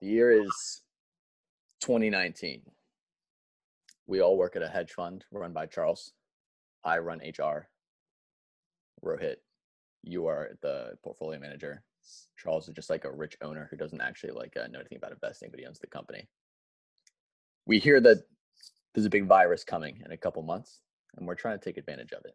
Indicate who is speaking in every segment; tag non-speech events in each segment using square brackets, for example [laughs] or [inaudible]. Speaker 1: year is 2019. We all work at a hedge fund run by Charles. I run HR. Rohit, you are the portfolio manager. Charles is just like a rich owner who doesn't actually like uh, know anything about investing, but he owns the company. We hear that there's a big virus coming in a couple months, and we're trying to take advantage of it.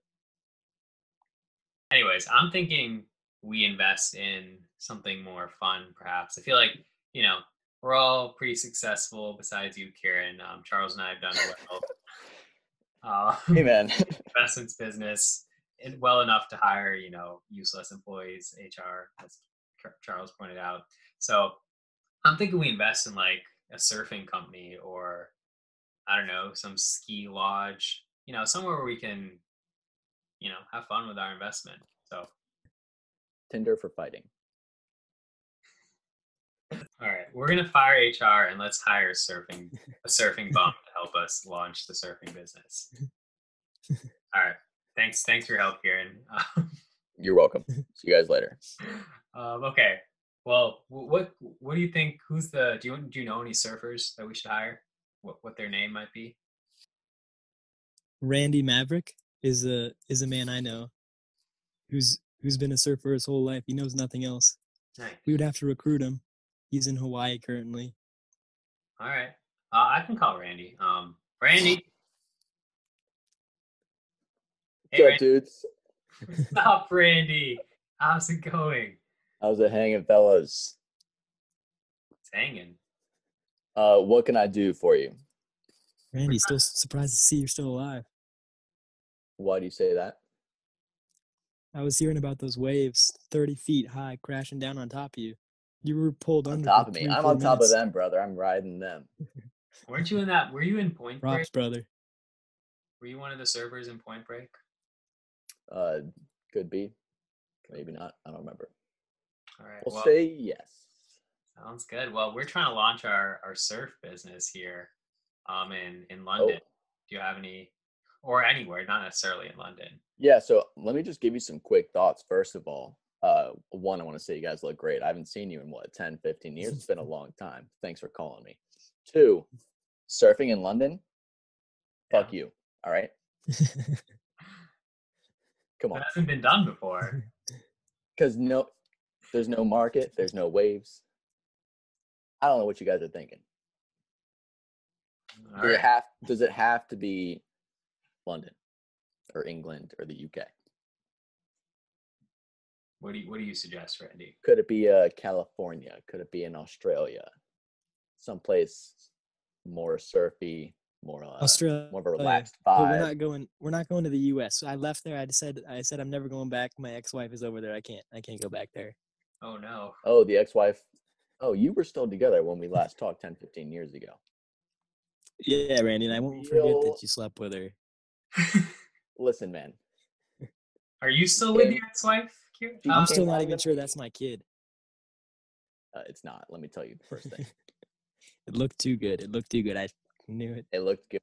Speaker 2: Anyways, I'm thinking we invest in something more fun, perhaps. I feel like, you know, we're all pretty successful besides you, Karen. Um, Charles and I have done well. Uh, [laughs]
Speaker 1: Hey, man. [laughs]
Speaker 2: investments business is well enough to hire, you know, useless employees, HR, as Char- Charles pointed out. So I'm thinking we invest in like a surfing company or I don't know, some ski lodge, you know, somewhere where we can, you know, have fun with our investment. So,
Speaker 1: Tinder for fighting.
Speaker 2: all right, we're gonna fire HR and let's hire a surfing a surfing bum to help us launch the surfing business. All right, thanks, thanks for your help, Kieran. [laughs] Um,
Speaker 1: You're welcome. See you guys later.
Speaker 2: Um, okay. Well, wh- what what do you think? Who's the do you do you know any surfers that we should hire? What what their name might be?
Speaker 3: Randy Maverick is a is a man I know who's who's been a surfer his whole life. He knows nothing else.
Speaker 2: Nice.
Speaker 3: We would have to recruit him. He's in Hawaii currently.
Speaker 2: All right. Uh, I can call Randy. Um, Randy.
Speaker 1: What's
Speaker 2: Hey, Randy.
Speaker 1: up, dudes?
Speaker 2: [laughs] Stop, Randy. How's it going?
Speaker 1: How's it hanging, fellas?
Speaker 2: It's hanging.
Speaker 1: Uh, what can I do for you?
Speaker 3: Randy, still s- surprised to see you're still alive.
Speaker 1: Why do you say that?
Speaker 3: I was hearing about those waves, thirty feet high, crashing down on top of you. You were pulled
Speaker 1: On
Speaker 3: under.
Speaker 1: top
Speaker 3: for
Speaker 1: of me.
Speaker 3: three,
Speaker 1: I'm
Speaker 3: four
Speaker 1: on top of
Speaker 3: minutes.
Speaker 1: them, brother. I'm riding them.
Speaker 2: Weren't you in that? Were you in Point Break?
Speaker 3: Props, brother.
Speaker 2: Were you one of the servers in Point Break?
Speaker 1: Uh, could be, maybe not. I don't remember.
Speaker 2: All right.
Speaker 1: We'll
Speaker 2: well-
Speaker 1: say yes.
Speaker 2: Sounds good. Well, we're trying to launch our, our surf business here um, in, in
Speaker 1: Oh,
Speaker 2: London. Do you have any, or anywhere, not necessarily in London?
Speaker 1: yeah. So let me just give you some quick thoughts. First of all, uh, one, I want to say you guys look great. I haven't seen you in what 10, 15 years. It's been a long time. Thanks for calling me. Two, surfing in London. Fuck you. All right. Come on.
Speaker 2: That hasn't been
Speaker 1: [laughs]
Speaker 2: done before.
Speaker 1: because no there's no market there's no waves i don't know what you guys are thinking
Speaker 2: All
Speaker 1: does, it
Speaker 2: right.
Speaker 1: have, does it have to be london or england or the uk
Speaker 2: What do you, what do you suggest, Randy?
Speaker 1: could it be uh, california could it be in australia someplace more surfy more uh,
Speaker 3: [laughs] Australia. Oh,
Speaker 1: more of a relaxed
Speaker 3: But
Speaker 1: vibe
Speaker 3: we're not going. We're not going to the U.S. So I left there. I said. I said I'm never going back. My ex-wife is over there. I can't. I can't go back there.
Speaker 2: Oh no. [laughs]
Speaker 1: oh the ex-wife oh you were still together when we last talked 10 15 years ago
Speaker 3: Yeah, Randy, and I won't forget
Speaker 1: Real-
Speaker 3: that you slept with her.
Speaker 1: listen man
Speaker 2: Are you still with
Speaker 1: Okay.
Speaker 2: your ex-wife? Kira?
Speaker 1: She
Speaker 2: Um,
Speaker 3: I'm
Speaker 1: Okay,
Speaker 3: still not
Speaker 1: Rhonda.
Speaker 3: even sure that's my kid.
Speaker 1: uh, it's not let me tell you the first thing
Speaker 3: [laughs] It looked too good. It looked too good. I knew it.
Speaker 1: it looked good.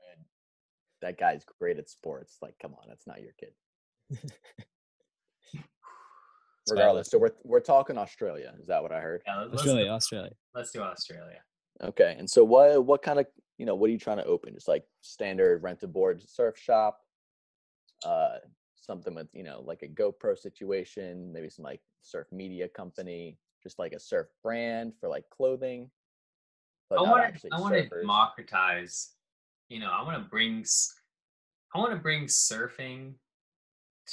Speaker 1: That guy's great at sports. Like, come on, that's not your kid.
Speaker 2: [laughs]
Speaker 3: So I
Speaker 1: Regardless,
Speaker 3: left
Speaker 1: so we're we're talking Australia. Is that what I heard?
Speaker 2: yeah, let- let's,
Speaker 3: Australia, Australia.
Speaker 2: let's do Australia.
Speaker 1: Okay. And so what what kind of you know what are you trying to open? Just like standard rent a board surf shop, uh, something with you know like a GoPro situation, maybe some like surf media company, just like a surf brand for like clothing, but
Speaker 2: I
Speaker 1: not
Speaker 2: want to
Speaker 1: actually
Speaker 2: I want to
Speaker 1: surfers.
Speaker 2: democratize. You know, I want to bring s- I want to bring surfing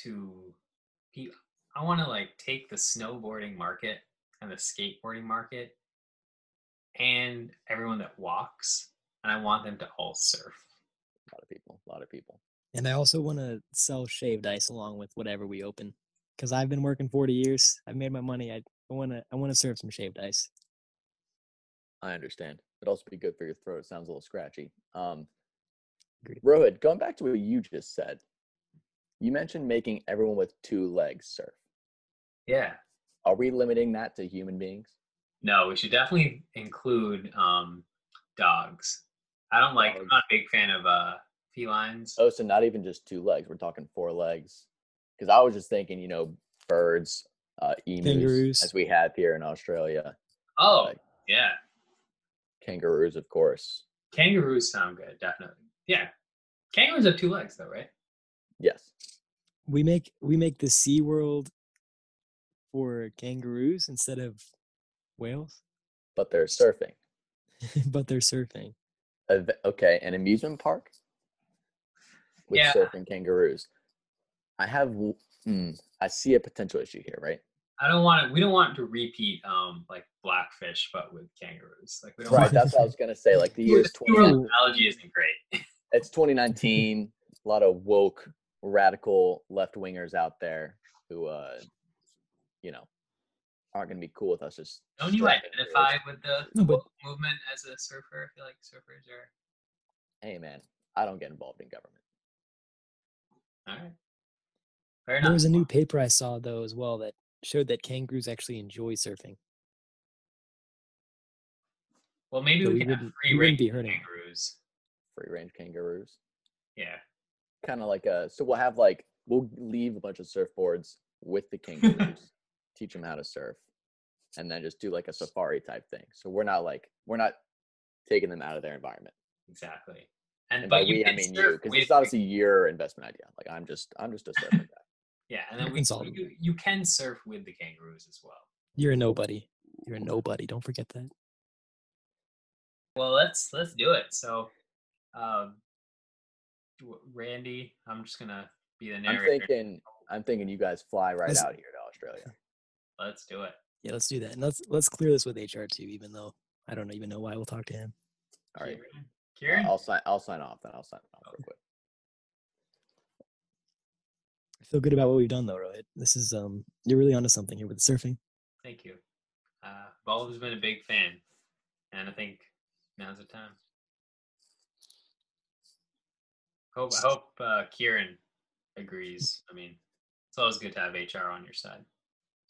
Speaker 2: to pe- I want to like take the snowboarding market and the skateboarding market and everyone that walks and I want them to all surf.
Speaker 1: a lot of people, a lot of people.
Speaker 3: And I also want to sell shaved ice along with whatever we open, because I've been working 40 years. I've made my money. I want to. I want to serve some shaved ice.
Speaker 1: I understand. It'd also be good for your throat. It sounds a little scratchy. Um,
Speaker 3: Agreed.
Speaker 1: Rohit, going back to what you just said, you mentioned making everyone with two legs surf.
Speaker 2: Yeah.
Speaker 1: Are we limiting that to human beings?
Speaker 2: No, we should definitely include um dogs. I don't like I'm
Speaker 1: Dogs.
Speaker 2: not a big fan of uh felines.
Speaker 1: Oh, so not even just two legs. We're talking four legs. Because I was just thinking, you know, birds, uh, emus,
Speaker 3: Kangaroos.
Speaker 1: as we have here in Australia.
Speaker 2: Oh,
Speaker 1: like-
Speaker 2: yeah.
Speaker 1: Kangaroos, of course.
Speaker 2: Kangaroos sound good, definitely. Yeah. Kangaroos have two legs though, right?
Speaker 1: Yes.
Speaker 3: We make we make the Sea World for kangaroos instead of whales, [laughs]
Speaker 1: But they're surfing.
Speaker 3: but they're surfing.
Speaker 1: Ev- Okay, an amusement park with
Speaker 2: Yeah.
Speaker 1: surfing kangaroos. I have. w- Mm, I see a potential issue here,
Speaker 2: [laughs]
Speaker 1: right?
Speaker 2: I don't want to, we don't want to repeat um like blackfish but with kangaroos. Like we don't
Speaker 1: Right.
Speaker 2: want
Speaker 1: That's what I was gonna say. Like the
Speaker 2: [laughs] Your
Speaker 1: year's twenty.
Speaker 2: analogy isn't great.
Speaker 1: it's 2019 a lot of woke radical left wingers out there who uh you know aren't going to be cool with us just
Speaker 2: Don't you
Speaker 1: strapping to
Speaker 2: identify
Speaker 1: it.
Speaker 2: with the
Speaker 3: No, but-
Speaker 2: movement as a surfer? I feel like surfers are
Speaker 1: hey man i don't get involved in government
Speaker 2: all right. Fair enough.
Speaker 3: There was a new paper I saw though as well that showed that kangaroos actually enjoy surfing.
Speaker 2: well, maybe
Speaker 3: that
Speaker 2: we
Speaker 3: we
Speaker 2: can have
Speaker 3: wouldn't-
Speaker 2: free
Speaker 3: we wouldn't
Speaker 2: range
Speaker 3: be hurting.
Speaker 2: kangaroos.
Speaker 1: free range kangaroos
Speaker 2: Yeah.
Speaker 1: kind of like a so we'll have like we'll leave a bunch of surfboards with the
Speaker 2: [laughs]
Speaker 1: kangaroos teach them how to surf and then just do like a safari type thing so we're not like we're not taking them out of their environment
Speaker 2: Exactly. And,
Speaker 1: and by
Speaker 2: but you
Speaker 1: we i
Speaker 2: can
Speaker 1: mean you
Speaker 2: surf
Speaker 1: because
Speaker 2: with
Speaker 1: it's honestly your investment idea like i'm just i'm just a surfer guy
Speaker 2: [laughs] yeah, and then
Speaker 3: I
Speaker 2: we,
Speaker 3: can solve
Speaker 2: you, you can surf with the kangaroos as well.
Speaker 3: You're a nobody. You're a nobody. Don't forget that.
Speaker 2: Well, let's let's do it. So, um, w- Randy, I'm just gonna be the
Speaker 1: I'm
Speaker 2: narrator.
Speaker 1: thinking, I'm thinking you guys fly right
Speaker 3: Let's-
Speaker 1: out here to Australia.
Speaker 2: [laughs] Let's do it.
Speaker 3: Yeah, let's do that. And let's let's clear this with HR too, even though I don't even know why we'll talk to him.
Speaker 1: All right,
Speaker 2: Kieran?
Speaker 1: I-
Speaker 2: Kieran,
Speaker 1: I'll sign. I'll sign off. Then I'll sign off real quick.
Speaker 3: I feel good about what we've done though, Rohit. This is um you're really onto something here with the surfing.
Speaker 2: thank you. Uh, I've always been a big fan, and I think now's the time. Hope I hope uh, Kieran agrees. I mean, it's always good to have HR on your side.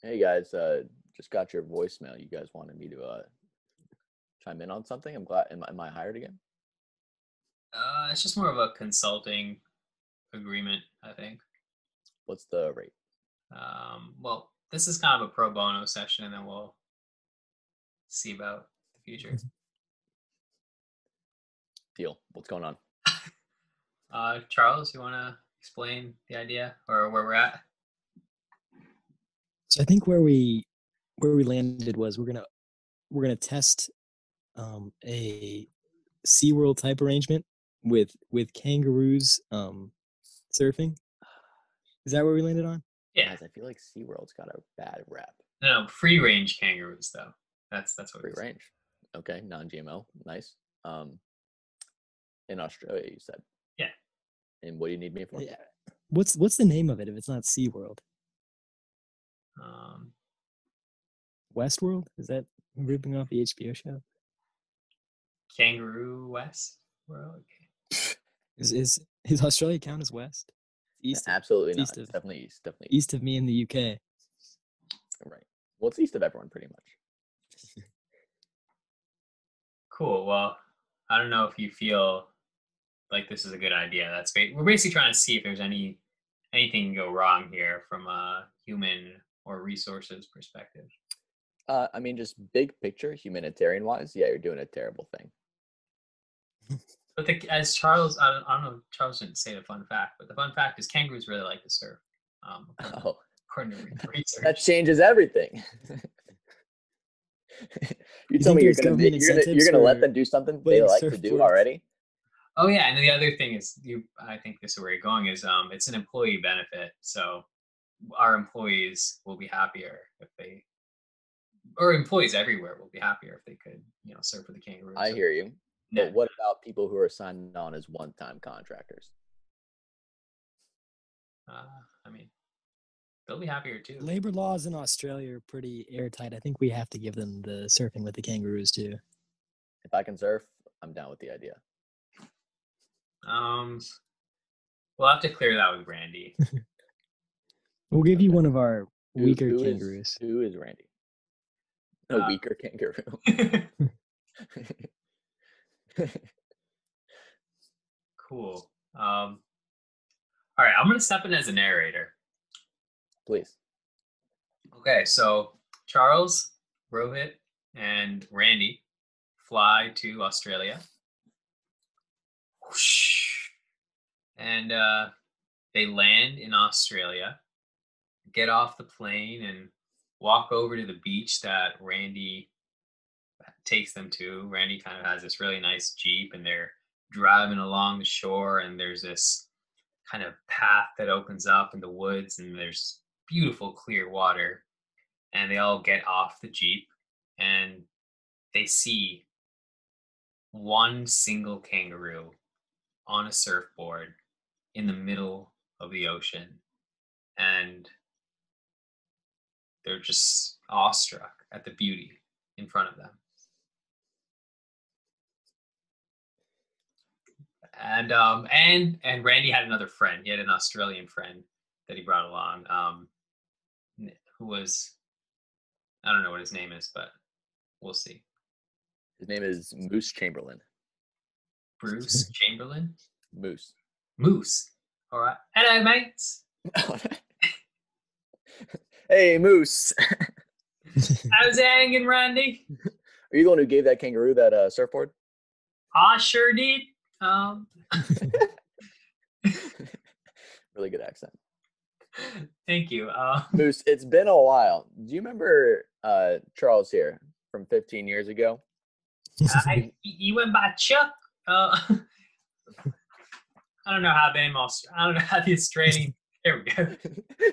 Speaker 1: Hey guys, uh, just got your voicemail. You guys wanted me to uh, chime in on something. I'm glad. Am, I- am I hired again?
Speaker 2: Uh, it's just more of a consulting agreement, I think.
Speaker 1: What's the rate?
Speaker 2: Um, well, this is kind of a pro bono session, and then we'll see about the future.
Speaker 1: Deal. What's going on?
Speaker 2: Uh, Charles, you want to explain the idea or where we're at?
Speaker 3: So I think where we where we landed was we're gonna we're gonna test um, a SeaWorld type arrangement with with kangaroos um, surfing. Is that where we landed on?
Speaker 2: Yeah,
Speaker 1: Guys, I feel like SeaWorld's got a bad rap.
Speaker 2: no, no, free range kangaroos though. That's that's what
Speaker 1: Free
Speaker 2: we said.
Speaker 1: range. Okay, non-GMO. Nice. Um, in Australia, you said.
Speaker 2: Yeah.
Speaker 1: And what do you need me for?
Speaker 3: Yeah. What's what's the name of it if it's not SeaWorld?
Speaker 2: Um,
Speaker 3: Westworld? Is that ripping off the HBO show?
Speaker 2: kangaroo West world. Okay.
Speaker 3: Is is [laughs] is Australia count as West? East of,
Speaker 1: Absolutely
Speaker 3: it's
Speaker 1: not.
Speaker 3: east
Speaker 1: It's
Speaker 3: of-
Speaker 1: definitely east. Definitely east.
Speaker 3: east of me in the UK.
Speaker 1: Right. Well, it's east of everyone, pretty much.
Speaker 2: Cool. Well, I don't know if you feel like this is a good idea. That's ba- we're basically trying to see if there's any anything can go wrong here from a human or resources perspective.
Speaker 1: Uh, I mean, just big picture, humanitarian wise, yeah, you're doing a terrible thing. [laughs]
Speaker 2: But the, as Charles, I don't, I don't know, Charles didn't say the fun fact, but the fun fact is kangaroos really like to surf.
Speaker 1: [laughs]
Speaker 2: Um, according-
Speaker 1: Oh,
Speaker 2: according to re- research.
Speaker 1: that changes everything. [laughs] you
Speaker 3: You
Speaker 1: tell
Speaker 3: think
Speaker 1: me you're
Speaker 3: there's
Speaker 1: gonna,
Speaker 3: government
Speaker 1: make, you're gonna you're
Speaker 3: incentives
Speaker 1: gonna let
Speaker 3: for
Speaker 1: them do something they
Speaker 3: putting
Speaker 1: like to do
Speaker 3: surfboards?
Speaker 1: already.
Speaker 2: oh yeah, and the other thing is, you, I think this is where you're going is, um, it's an employee benefit, so our employees will be happier if they, or employees everywhere will be happier if they could, you know, surf with the kangaroos.
Speaker 1: I hear you,
Speaker 2: Yeah.
Speaker 1: but what about people who are signed on as one-time contractors?
Speaker 2: Uh, I mean, they'll be happier too.
Speaker 3: Labor laws in Australia are pretty airtight. I think we have to give them the surfing with the kangaroos too.
Speaker 1: If I can surf, I'm down with the idea.
Speaker 2: Um, we'll have to clear that with Randy. [laughs]
Speaker 3: We'll give you
Speaker 1: Okay.
Speaker 3: one of our
Speaker 1: Who-
Speaker 3: weaker
Speaker 1: who is-
Speaker 3: kangaroos.
Speaker 1: who is Randy? A
Speaker 2: Uh,
Speaker 1: weaker kangaroo. [laughs]
Speaker 2: Cool. Um, all right, I'm gonna step in as a narrator.
Speaker 1: Please.
Speaker 2: Okay, so Charles, Rohit, and Randy fly to Australia. Whoosh. And uh, they land in Australia, get off the plane, and walk over to the beach that Randy takes them to. Randy kind of has this really nice Jeep, and they're driving along the shore, and there's this kind of path that opens up in the woods, and there's beautiful, clear water. And they all get off the Jeep, and they see one single kangaroo on a surfboard in the middle of the ocean and they're just awestruck at the beauty in front of them and um and and randy had another friend he had an australian friend that he brought along um who was i don't know what his name is but we'll see
Speaker 1: His name is Moose Chamberlain. [laughs]
Speaker 2: bruce chamberlain
Speaker 1: Moose. [laughs]
Speaker 2: moose all right hello mates
Speaker 1: hey, Moose. [laughs]
Speaker 2: how's it hanging randy
Speaker 1: Are you the one who gave that kangaroo that uh, surfboard?
Speaker 2: i sure did um
Speaker 1: Really good accent.
Speaker 2: thank you
Speaker 1: [laughs]
Speaker 2: uh,
Speaker 1: Moose, it's been a while. Do you remember uh, Charles here from 15 years ago?
Speaker 2: I, you went by Chuck. Uh, [laughs] I don't know how them Aust- I don't know how the Australian. There we go.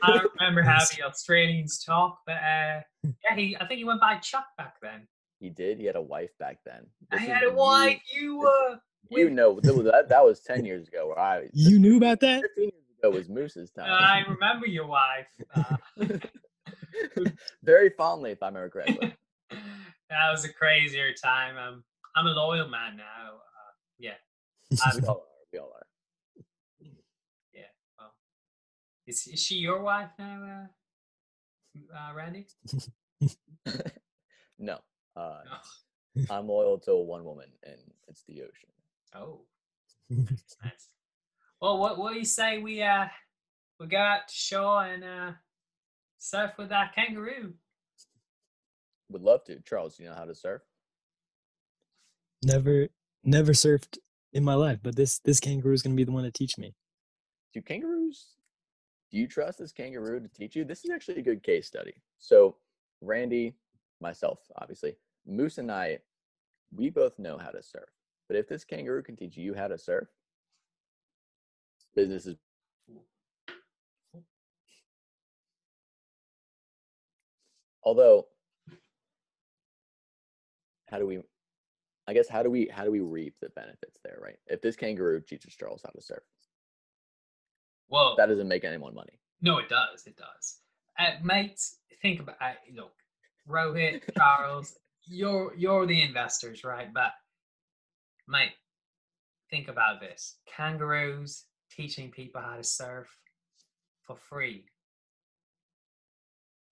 Speaker 2: I don't remember how the Australians talk, but uh, yeah, he. I think he went by Chuck back then.
Speaker 1: [laughs] he did. He had a wife back then.
Speaker 2: I
Speaker 1: This is
Speaker 2: had a
Speaker 1: you-
Speaker 2: wife. You were.
Speaker 1: You know, th- that, that was 10 years ago. Where I,
Speaker 3: [laughs] you knew about that? [laughs]
Speaker 1: 15 years ago was Moose's [laughs] time.
Speaker 2: I remember your wife. Uh,
Speaker 1: Very fondly, if I remember correctly.
Speaker 2: that was a crazier time. Um, I'm a loyal man now. Uh,
Speaker 1: we all are. We all are.
Speaker 2: is, is she your wife now, uh, uh, Randy?
Speaker 1: No. Uh,
Speaker 2: No.
Speaker 1: I'm loyal to one woman, and it's the ocean.
Speaker 2: Oh. Nice. Well, what what do you say we uh we go out to shore and uh surf with that kangaroo?
Speaker 1: Would love to. Charles, you know how to surf?
Speaker 3: never, never surfed in my life, but this this kangaroo is gonna be the one to teach me.
Speaker 1: do kangaroos do you trust this kangaroo to teach you this is actually a good case study so randy myself obviously moose and i we both know how to surf but if this kangaroo can teach you how to surf business is although how do we i guess how do we how do we reap the benefits there right if this kangaroo teaches charles how to surf
Speaker 2: Well,
Speaker 1: that doesn't make anyone money
Speaker 2: no, it does. It does. Uh, mates, think about I look, Rohit, Charles, you're you're the investors, right? But mate, think about this: kangaroos teaching people how to surf for free.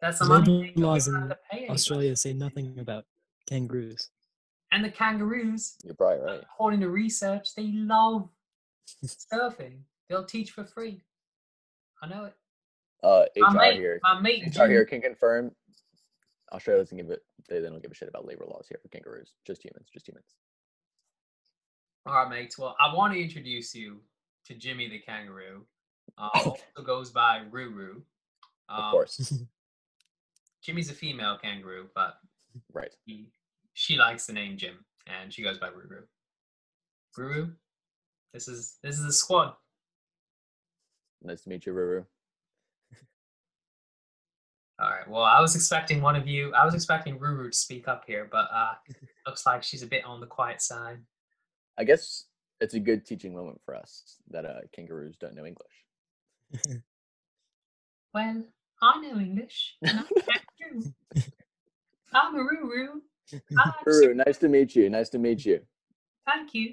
Speaker 2: That's the money
Speaker 3: Labor
Speaker 2: they don't
Speaker 3: laws
Speaker 2: have
Speaker 3: in
Speaker 2: to pay anybody.
Speaker 3: Australia say nothing about kangaroos. [laughs]
Speaker 2: and the kangaroos
Speaker 1: You're probably right.
Speaker 2: according to research, they love surfing. They'll teach for free. I know it.
Speaker 1: Uh,
Speaker 2: My
Speaker 1: HR
Speaker 2: mate,
Speaker 1: here,
Speaker 2: my mate,
Speaker 1: HR here can
Speaker 2: Jim,
Speaker 1: confirm. Australia doesn't give it. They, they don't give a shit about labor laws here for kangaroos. Just humans. Just humans.
Speaker 2: all right, mates. Well, I want to introduce you to Jimmy the kangaroo. Uh,
Speaker 1: [laughs]
Speaker 2: also goes by Ruru.
Speaker 1: Of
Speaker 2: Um,
Speaker 1: course.
Speaker 2: [laughs] Jimmy's a female kangaroo, but
Speaker 1: Right.
Speaker 2: he, she likes the name Jim, and she goes by Ruru. Ruru, this is this is the squad.
Speaker 1: Nice to meet you, Ruru.
Speaker 2: All right. Well, I was expecting one of you. I was expecting Ruru to speak up here, but
Speaker 1: [laughs]
Speaker 2: uh, looks like she's a bit on the quiet side.
Speaker 1: I guess it's a good teaching moment for us that uh, kangaroos don't know English.
Speaker 2: Well, I know English. And I
Speaker 1: [laughs]
Speaker 2: can too. I'm a roo
Speaker 1: Ruru, nice to meet you. Nice to meet you.
Speaker 2: Thank you.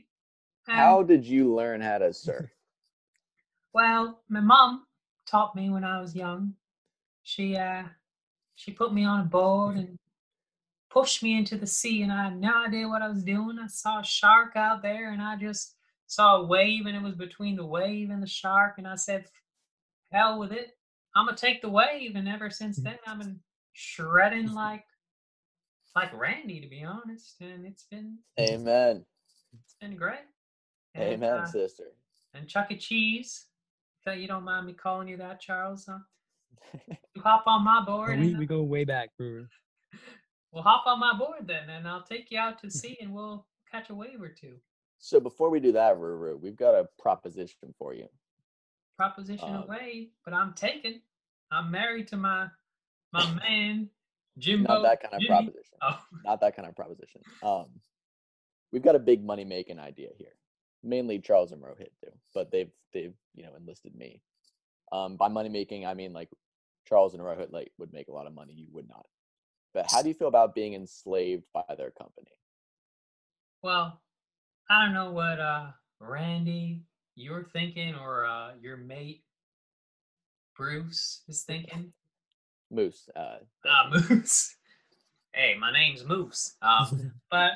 Speaker 2: Um,
Speaker 1: How did you learn how to surf?
Speaker 2: [laughs] Well, my mum taught me when I was young. She uh, she put me on a board and pushed me into the sea, and I had no idea what I was doing. I saw a shark out there, and I just saw a wave, and it was between the wave and the shark, and I said, "Hell
Speaker 1: [laughs]
Speaker 2: with it, I'm gonna take the wave." And ever since then, I've been shredding like like Randy, to be honest, and it's been
Speaker 1: Amen.
Speaker 2: it's been great. And,
Speaker 1: Amen,
Speaker 2: uh,
Speaker 1: sister.
Speaker 2: and Chuck E. Cheese, if that you don't mind me calling you that, Charles,
Speaker 1: [laughs]
Speaker 2: uh, you hop on my board.
Speaker 3: we,
Speaker 2: and,
Speaker 3: we
Speaker 2: uh,
Speaker 3: go way back, Brewer.
Speaker 2: Well, hop on my board then, and I'll take you out to sea, and we'll catch a wave or two.
Speaker 1: So before we do that, Ruru, we've got a proposition for you.
Speaker 2: Proposition
Speaker 1: Um,
Speaker 2: away, but I'm taken. I'm married to my
Speaker 1: [laughs]
Speaker 2: my man, Jimbo.
Speaker 1: Not that kind of
Speaker 2: Jimmy.
Speaker 1: proposition.
Speaker 2: Oh, [laughs]
Speaker 1: Not that kind of proposition. Um, we've got a big money making idea here. Mainly Charles and Rohit do, but they've they've you know enlisted me. Um, by money making, I mean like Charles and Rohit like would make a lot of money. You would not. But how do you feel about being enslaved by their company?
Speaker 2: well, I don't know what uh Randy you're thinking or uh your mate Bruce is thinking.
Speaker 1: Moose. Uh,
Speaker 2: Ah, [laughs] Moose. Hey, my name's Moose. Um, but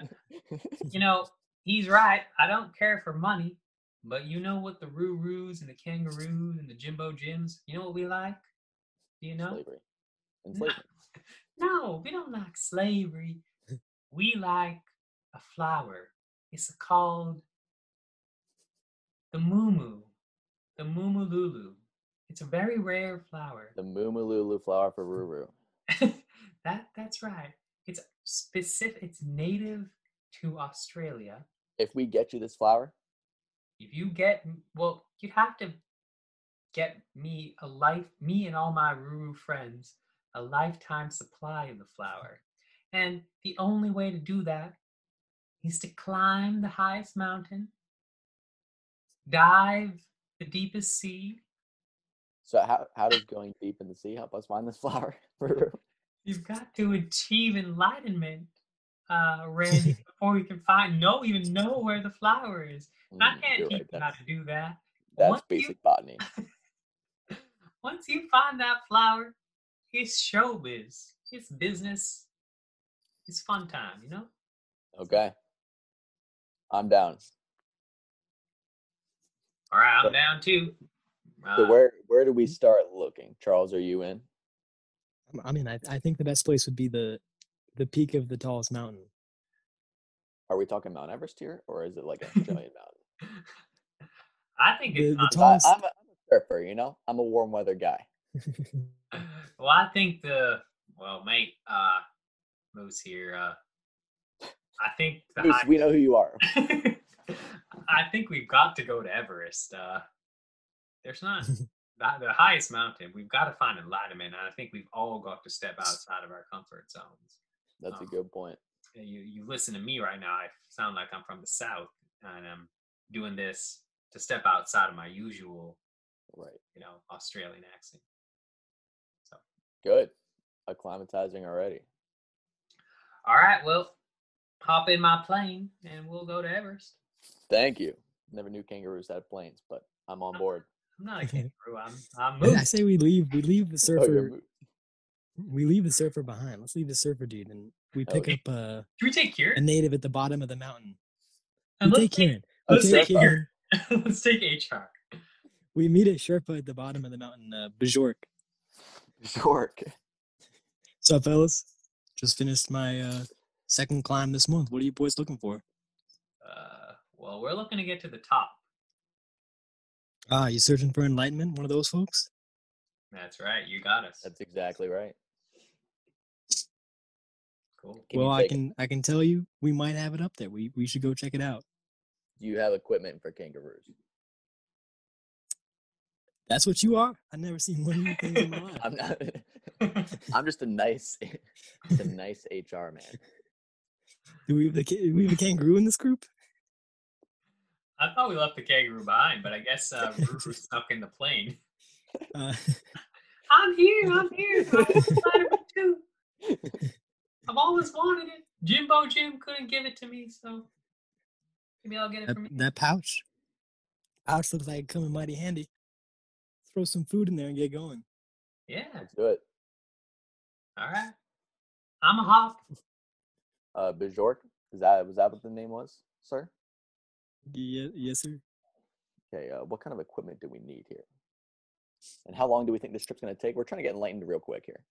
Speaker 1: [laughs]
Speaker 2: you know, he's right. I don't care for money, but you know what the Roo-Roos and the Kangaroos and the Jimbo Jims, you know what we like? Do you know?
Speaker 1: slavery. Enslavement.
Speaker 2: No, we don't like slavery. we like a flower. It's called the Mumu, the Mumululu. It's a very rare flower.
Speaker 1: The Mumululu flower for Ruru.
Speaker 2: [laughs] that that's right. It's specific. It's native to Australia.
Speaker 1: If we get you this flower,
Speaker 2: if you get m- well you'd have to get me a life me and all my ruru friends a lifetime supply of the flower and the only way to do that is to climb the highest mountain dive the deepest sea
Speaker 1: So how how does going deep in the sea help us find this [laughs] flower? Ruru?
Speaker 2: you've got to achieve enlightenment
Speaker 1: [laughs]
Speaker 2: uh randy before you can find no even know where the flower is And i
Speaker 1: Mm,
Speaker 2: can't
Speaker 1: you're right.
Speaker 2: teach you
Speaker 1: That's,
Speaker 2: how to do that
Speaker 1: that's
Speaker 2: Once you-
Speaker 1: basic botany.
Speaker 2: Once you find that flower, it's showbiz, it's business, it's fun time, you know?
Speaker 1: Okay, I'm down.
Speaker 2: All right,
Speaker 1: So-
Speaker 2: I'm down too.
Speaker 1: So
Speaker 2: Uh,
Speaker 1: where where do we start looking? Charles, are you in?
Speaker 3: I'm- I mean, I, I think the best place would be the the peak of the tallest mountain. [laughs]
Speaker 1: Are we talking Mount Everest here, or is it like
Speaker 2: [laughs]
Speaker 1: a giant mountain?
Speaker 2: [laughs] I think
Speaker 3: The-
Speaker 2: it's
Speaker 3: the
Speaker 2: not.
Speaker 1: I,
Speaker 3: Tallest-
Speaker 1: I'm, a, I'm a surfer, you know. I'm a warm weather guy.
Speaker 2: [laughs] well, I think the well, mate, uh, moves here. Uh, I think the
Speaker 1: Moose, we know who you
Speaker 2: [laughs]
Speaker 1: are.
Speaker 2: high- I think we've got to go to Everest. Uh, there's
Speaker 3: [laughs]
Speaker 2: not the, the highest mountain. We've got to find enlightenment. And I think we've all got to step outside of our comfort zones.
Speaker 1: That's a
Speaker 2: Um,
Speaker 1: good point.
Speaker 2: uh, you you listen to me right now i sound like i'm from the south and i'm doing this to step outside of my usual
Speaker 1: Right.
Speaker 2: you know australian accent
Speaker 1: Good. Acclimatizing already.
Speaker 2: all right well hop in my plane and we'll go to everest
Speaker 1: Thank you. Never knew kangaroos had planes, but I'm
Speaker 2: [laughs]
Speaker 1: on board.
Speaker 2: i'm
Speaker 3: [laughs]
Speaker 2: not a kangaroo i'm i'm
Speaker 3: I
Speaker 2: moose.
Speaker 3: say we leave. We leave the
Speaker 1: Oh, you're
Speaker 3: surfer.
Speaker 1: Moose.
Speaker 3: we Oh, leave the surfer behind. Let's leave the surfer dude, and we
Speaker 1: Hell
Speaker 3: pick
Speaker 1: yeah.
Speaker 3: up a,
Speaker 2: should we take
Speaker 3: a
Speaker 2: kieran
Speaker 3: native at the bottom of the mountain. We
Speaker 2: And
Speaker 3: take
Speaker 2: let's,
Speaker 3: Kieran. We
Speaker 2: let's take
Speaker 3: take
Speaker 2: Kieran.
Speaker 3: Kieran.
Speaker 2: [laughs] let's take hr
Speaker 3: We meet at Sherpa at the bottom of the mountain, uh, Bajork.
Speaker 1: [laughs] York.
Speaker 2: [laughs]
Speaker 3: So, fellas, just finished my uh, second climb this month. What are you boys looking for?
Speaker 2: uh, well we're looking to get to the top
Speaker 3: Ah, you searching for enlightenment? One of those folks?
Speaker 2: that's right you got us
Speaker 1: That's exactly right. [laughs]
Speaker 2: cool [laughs]
Speaker 1: Can you
Speaker 3: well, I
Speaker 1: take it?
Speaker 3: can I can tell you, we might have it up there. We we should go check it out.
Speaker 1: Do you have equipment for kangaroos?
Speaker 3: That's what you are. I never seen one of you things in my life.
Speaker 1: I'm not. [laughs] I'm just a nice, [laughs] just a nice HR man.
Speaker 3: Do we have the ca- we have a kangaroo in this group?
Speaker 2: i thought we left the kangaroo behind but i guess uh
Speaker 1: [laughs]
Speaker 2: Ruru snuck in the plane
Speaker 3: Uh,
Speaker 2: I'm here. I'm here. I want Spider-Man too.
Speaker 1: [laughs]
Speaker 2: I've always wanted it. Jimbo Jim couldn't give it to me, so maybe I'll get it
Speaker 3: that,
Speaker 2: from you.
Speaker 3: that pouch. Pouch looks like it coming mighty handy. Throw some food in there and get going.
Speaker 2: Yeah.
Speaker 1: Let's do it.
Speaker 2: All right. I'm a hop.
Speaker 1: Uh, Bjork, is that was that what the name was, sir?
Speaker 3: Ye- yes, sir.
Speaker 1: Okay. Uh, what kind of equipment do we need here? And how long do we think this trip's gonna take? We're trying to get enlightened real quick here.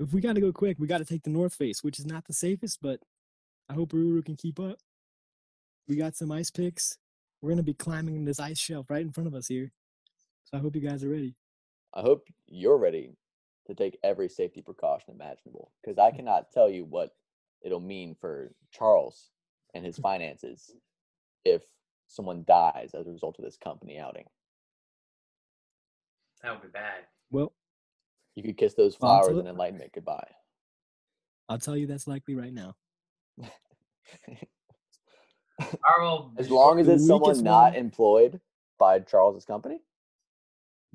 Speaker 3: if we got to go quick, we got to take the North Face, which is not the safest, but I hope Ruru can keep up. We got some ice picks. We're going to be climbing this ice shelf right in front of us here. So I hope you guys are ready.
Speaker 1: I hope you're ready to take every safety precaution imaginable because I cannot tell you what it'll mean for Charles and his finances if someone dies as a result of this company outing.
Speaker 2: That would be bad.
Speaker 3: Well,
Speaker 1: You could kiss those
Speaker 3: Well, I'll
Speaker 1: flowers
Speaker 3: tell-
Speaker 1: and enlightenment goodbye.
Speaker 3: I'll tell you that's likely right now.
Speaker 2: Carl,
Speaker 1: As long as
Speaker 3: The
Speaker 1: it's someone
Speaker 3: weakest
Speaker 1: not
Speaker 3: one-
Speaker 1: employed by Charles's company,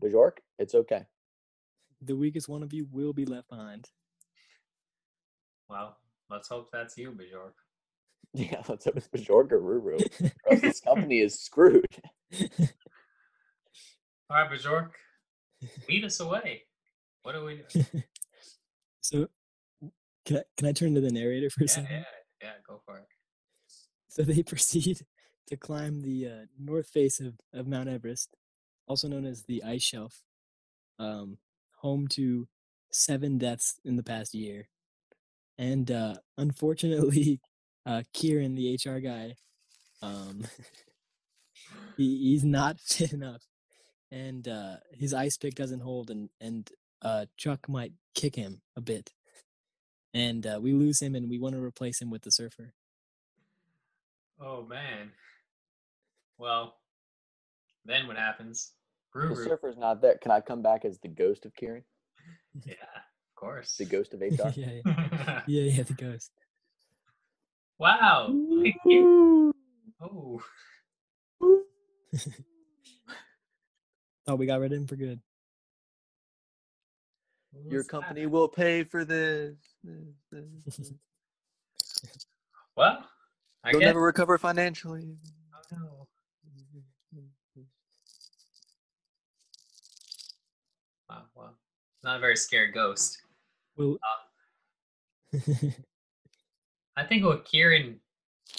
Speaker 1: Bajork, it's okay. [laughs]
Speaker 3: The weakest one of you will be left behind. [laughs]
Speaker 2: well, let's hope that's you, Bajork.
Speaker 1: Yeah, let's hope it's Bajork or Ruru. or
Speaker 3: [laughs]
Speaker 1: else this company is screwed.
Speaker 2: All right, Bajork,
Speaker 1: [laughs]
Speaker 2: lead us away. What do we do?
Speaker 3: so can I, can I turn to the narrator for a
Speaker 2: Yeah,
Speaker 3: second?
Speaker 2: yeah, yeah, go for it.
Speaker 3: [laughs] So they proceed to climb the uh, north face of, of Mount Everest, also known as the ice shelf, um, home to seven deaths in the past year. And uh, unfortunately, [laughs] uh, Kieran, the HR guy, um, [laughs] he, he's not [laughs] fit enough. And uh, his ice pick doesn't hold, and, and uh, Chuck might kick him a bit. And uh, we lose him, and we want to replace him with the surfer. [laughs]
Speaker 2: Oh man. Well, then what happens?
Speaker 1: The
Speaker 2: Ruru.
Speaker 1: surfer's not there. Can I come back as the ghost of Kieran?
Speaker 2: Yeah, of course.
Speaker 1: The ghost of HR?
Speaker 3: [laughs] yeah, yeah, yeah, yeah, the ghost.
Speaker 2: [laughs] wow. thank you.
Speaker 1: Ooh.
Speaker 2: Oh,
Speaker 3: Thought we got rid of him for good. [laughs]
Speaker 2: what
Speaker 1: Your
Speaker 2: was that?
Speaker 1: company will pay for this. this, this.
Speaker 3: [laughs]
Speaker 2: Well, I
Speaker 1: You'll
Speaker 2: guess.
Speaker 1: never recover financially.
Speaker 2: oh, no. [laughs] Wow, well, not a very scared ghost.
Speaker 3: Well, [laughs]
Speaker 2: I think what Kieran,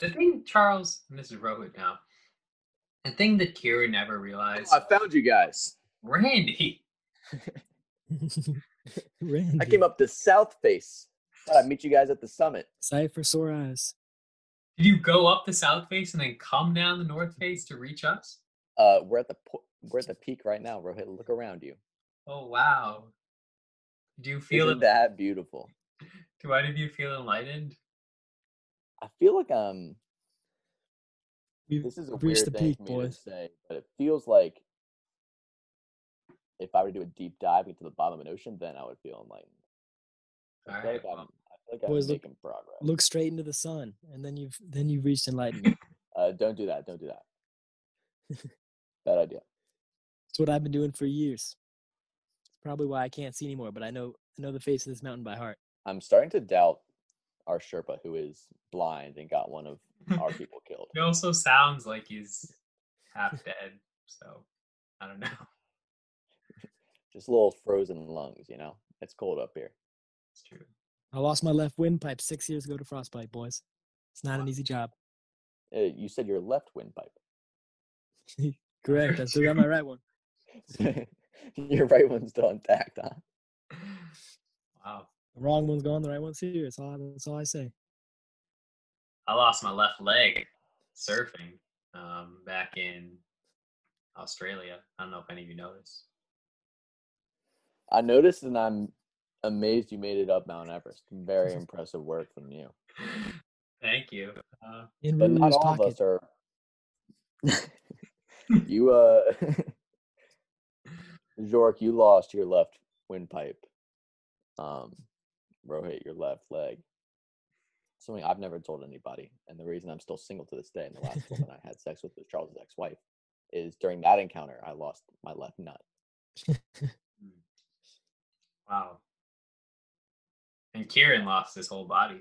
Speaker 2: the thing Charles, and this is Rohit now, the thing that Kieran never realized,
Speaker 1: Oh, I found you guys.
Speaker 2: Randy,
Speaker 3: Randy,
Speaker 1: I came up to South Face. Thought I'd meet you guys at the summit.
Speaker 3: Sight for sore eyes.
Speaker 2: did you go up the south face and then come down the north face to reach us?
Speaker 1: Uh, we're at the po- we're at the peak right now, Rohit. Look around you.
Speaker 2: Oh wow! Do you feel
Speaker 1: Isn't
Speaker 2: it?
Speaker 1: that beautiful?
Speaker 2: Do either of you feel enlightened?
Speaker 1: I feel like um,
Speaker 3: We've
Speaker 1: this is a
Speaker 3: reached
Speaker 1: weird
Speaker 3: the
Speaker 1: thing
Speaker 3: peak,
Speaker 1: for me
Speaker 3: boys.
Speaker 1: to say, but it feels like if I were to do a deep dive into the bottom of an ocean, then I would feel enlightened. I feel
Speaker 2: Alright,
Speaker 1: like I'm, I
Speaker 2: well.
Speaker 1: feel like I'm
Speaker 3: Boys, look-
Speaker 1: making progress.
Speaker 3: Look straight into the sun, and then you've then you've reached enlightenment.
Speaker 1: Uh, don't do that. Don't do that.
Speaker 3: [laughs]
Speaker 1: Bad idea.
Speaker 3: it's what I've been doing for years. It's probably why I can't see anymore, but I know I know the face of this mountain by heart.
Speaker 1: I'm starting to doubt our Sherpa, who is blind and got one of
Speaker 3: [laughs]
Speaker 1: our
Speaker 2: [laughs]
Speaker 1: people killed.
Speaker 2: He also sounds like he's half dead, so I don't know. [laughs]
Speaker 1: Just little frozen lungs, you know? It's cold up here.
Speaker 2: It's true.
Speaker 3: I lost my left windpipe six years ago to frostbite, boys. It's not an easy job.
Speaker 1: Uh, you said your left windpipe. [laughs]
Speaker 3: Correct. I still got my right one.
Speaker 1: your right one's still intact, huh?
Speaker 2: Wow.
Speaker 3: The wrong one's gone. The right one's here. That's all. That's all I say.
Speaker 2: I lost my left leg surfing um, back in Australia. I don't know if any of you noticed. [laughs]
Speaker 1: I noticed and I'm amazed you made it up Mount Everest. Very impressive work from you.
Speaker 2: Thank you. Uh,
Speaker 3: In
Speaker 1: But not
Speaker 3: Ruru's
Speaker 1: all
Speaker 3: Mmm, pocket.
Speaker 1: of us are. you, uh. [laughs] York, you lost your left windpipe. Um, Rohit, your left leg. Something I've never told anybody, and the reason I'm still single to this day, and the last woman I had sex with was Charles's ex-wife, is during that encounter I lost my left nut.
Speaker 2: wow. And Kieran lost his whole body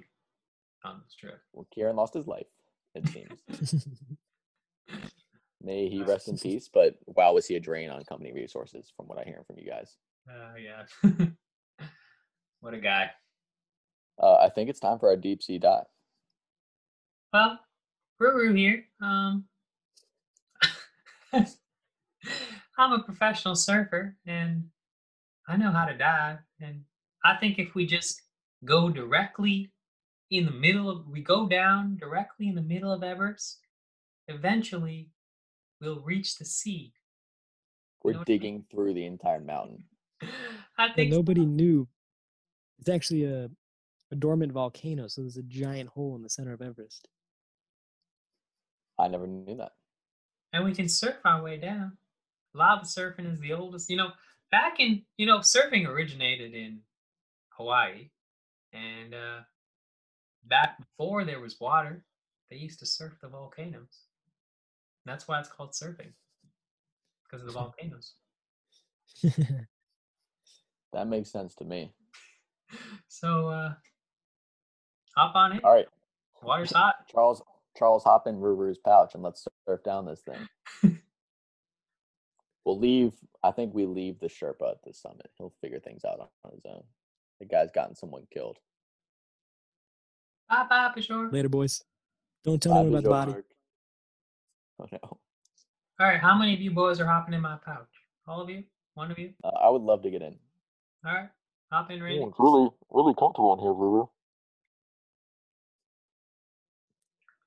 Speaker 2: on this trip.
Speaker 1: Well, Kieran lost his life. It seems.
Speaker 3: [laughs]
Speaker 1: May he rest in peace. But wow, was he a drain on company resources? From what I hear from you guys,
Speaker 2: Oh, yeah. [laughs] what a guy.
Speaker 1: uh, I think it's time for our deep sea dive.
Speaker 2: Well, Ruru here. Um, [laughs] I'm a professional surfer, and I know how to dive, and I think if we just go directly in the middle of, we go down directly in the middle of Everest, eventually we'll reach the sea. [laughs]
Speaker 1: We're
Speaker 2: know what I mean?
Speaker 1: digging through the entire mountain.
Speaker 2: I
Speaker 3: But
Speaker 2: think
Speaker 3: nobody knew. It's actually a, a dormant volcano, so there's a giant hole in the center of Everest. [laughs]
Speaker 1: I never knew that.
Speaker 2: and we can surf our way down. Lava surfing is the oldest, you know. Back in, you know, surfing originated in Hawaii, and uh, back before there was water, they used to surf the volcanoes. And that's why it's called surfing, because of the volcanoes.
Speaker 1: That makes sense to me.
Speaker 2: So, uh, hop on it.
Speaker 1: All right,
Speaker 2: Water's hot.
Speaker 1: Charles. Charles, hop in Ruru's pouch and let's surf down this thing.
Speaker 2: [laughs]
Speaker 1: we'll leave. I think we leave the Sherpa at the summit. He'll figure things out on- on his own. The guy's gotten someone killed.
Speaker 2: Bye, bye, Peshore.
Speaker 3: Later, boys. Don't tell
Speaker 1: Bye,
Speaker 3: anyone about the body.
Speaker 1: Bjork. [laughs] Oh no.
Speaker 2: All right, how many of you boys are hopping in my pouch? All of you? One of you?
Speaker 1: Uh, I would love to get in.
Speaker 2: All right, hop in, Randy.
Speaker 1: really, really comfortable in here, Ruru.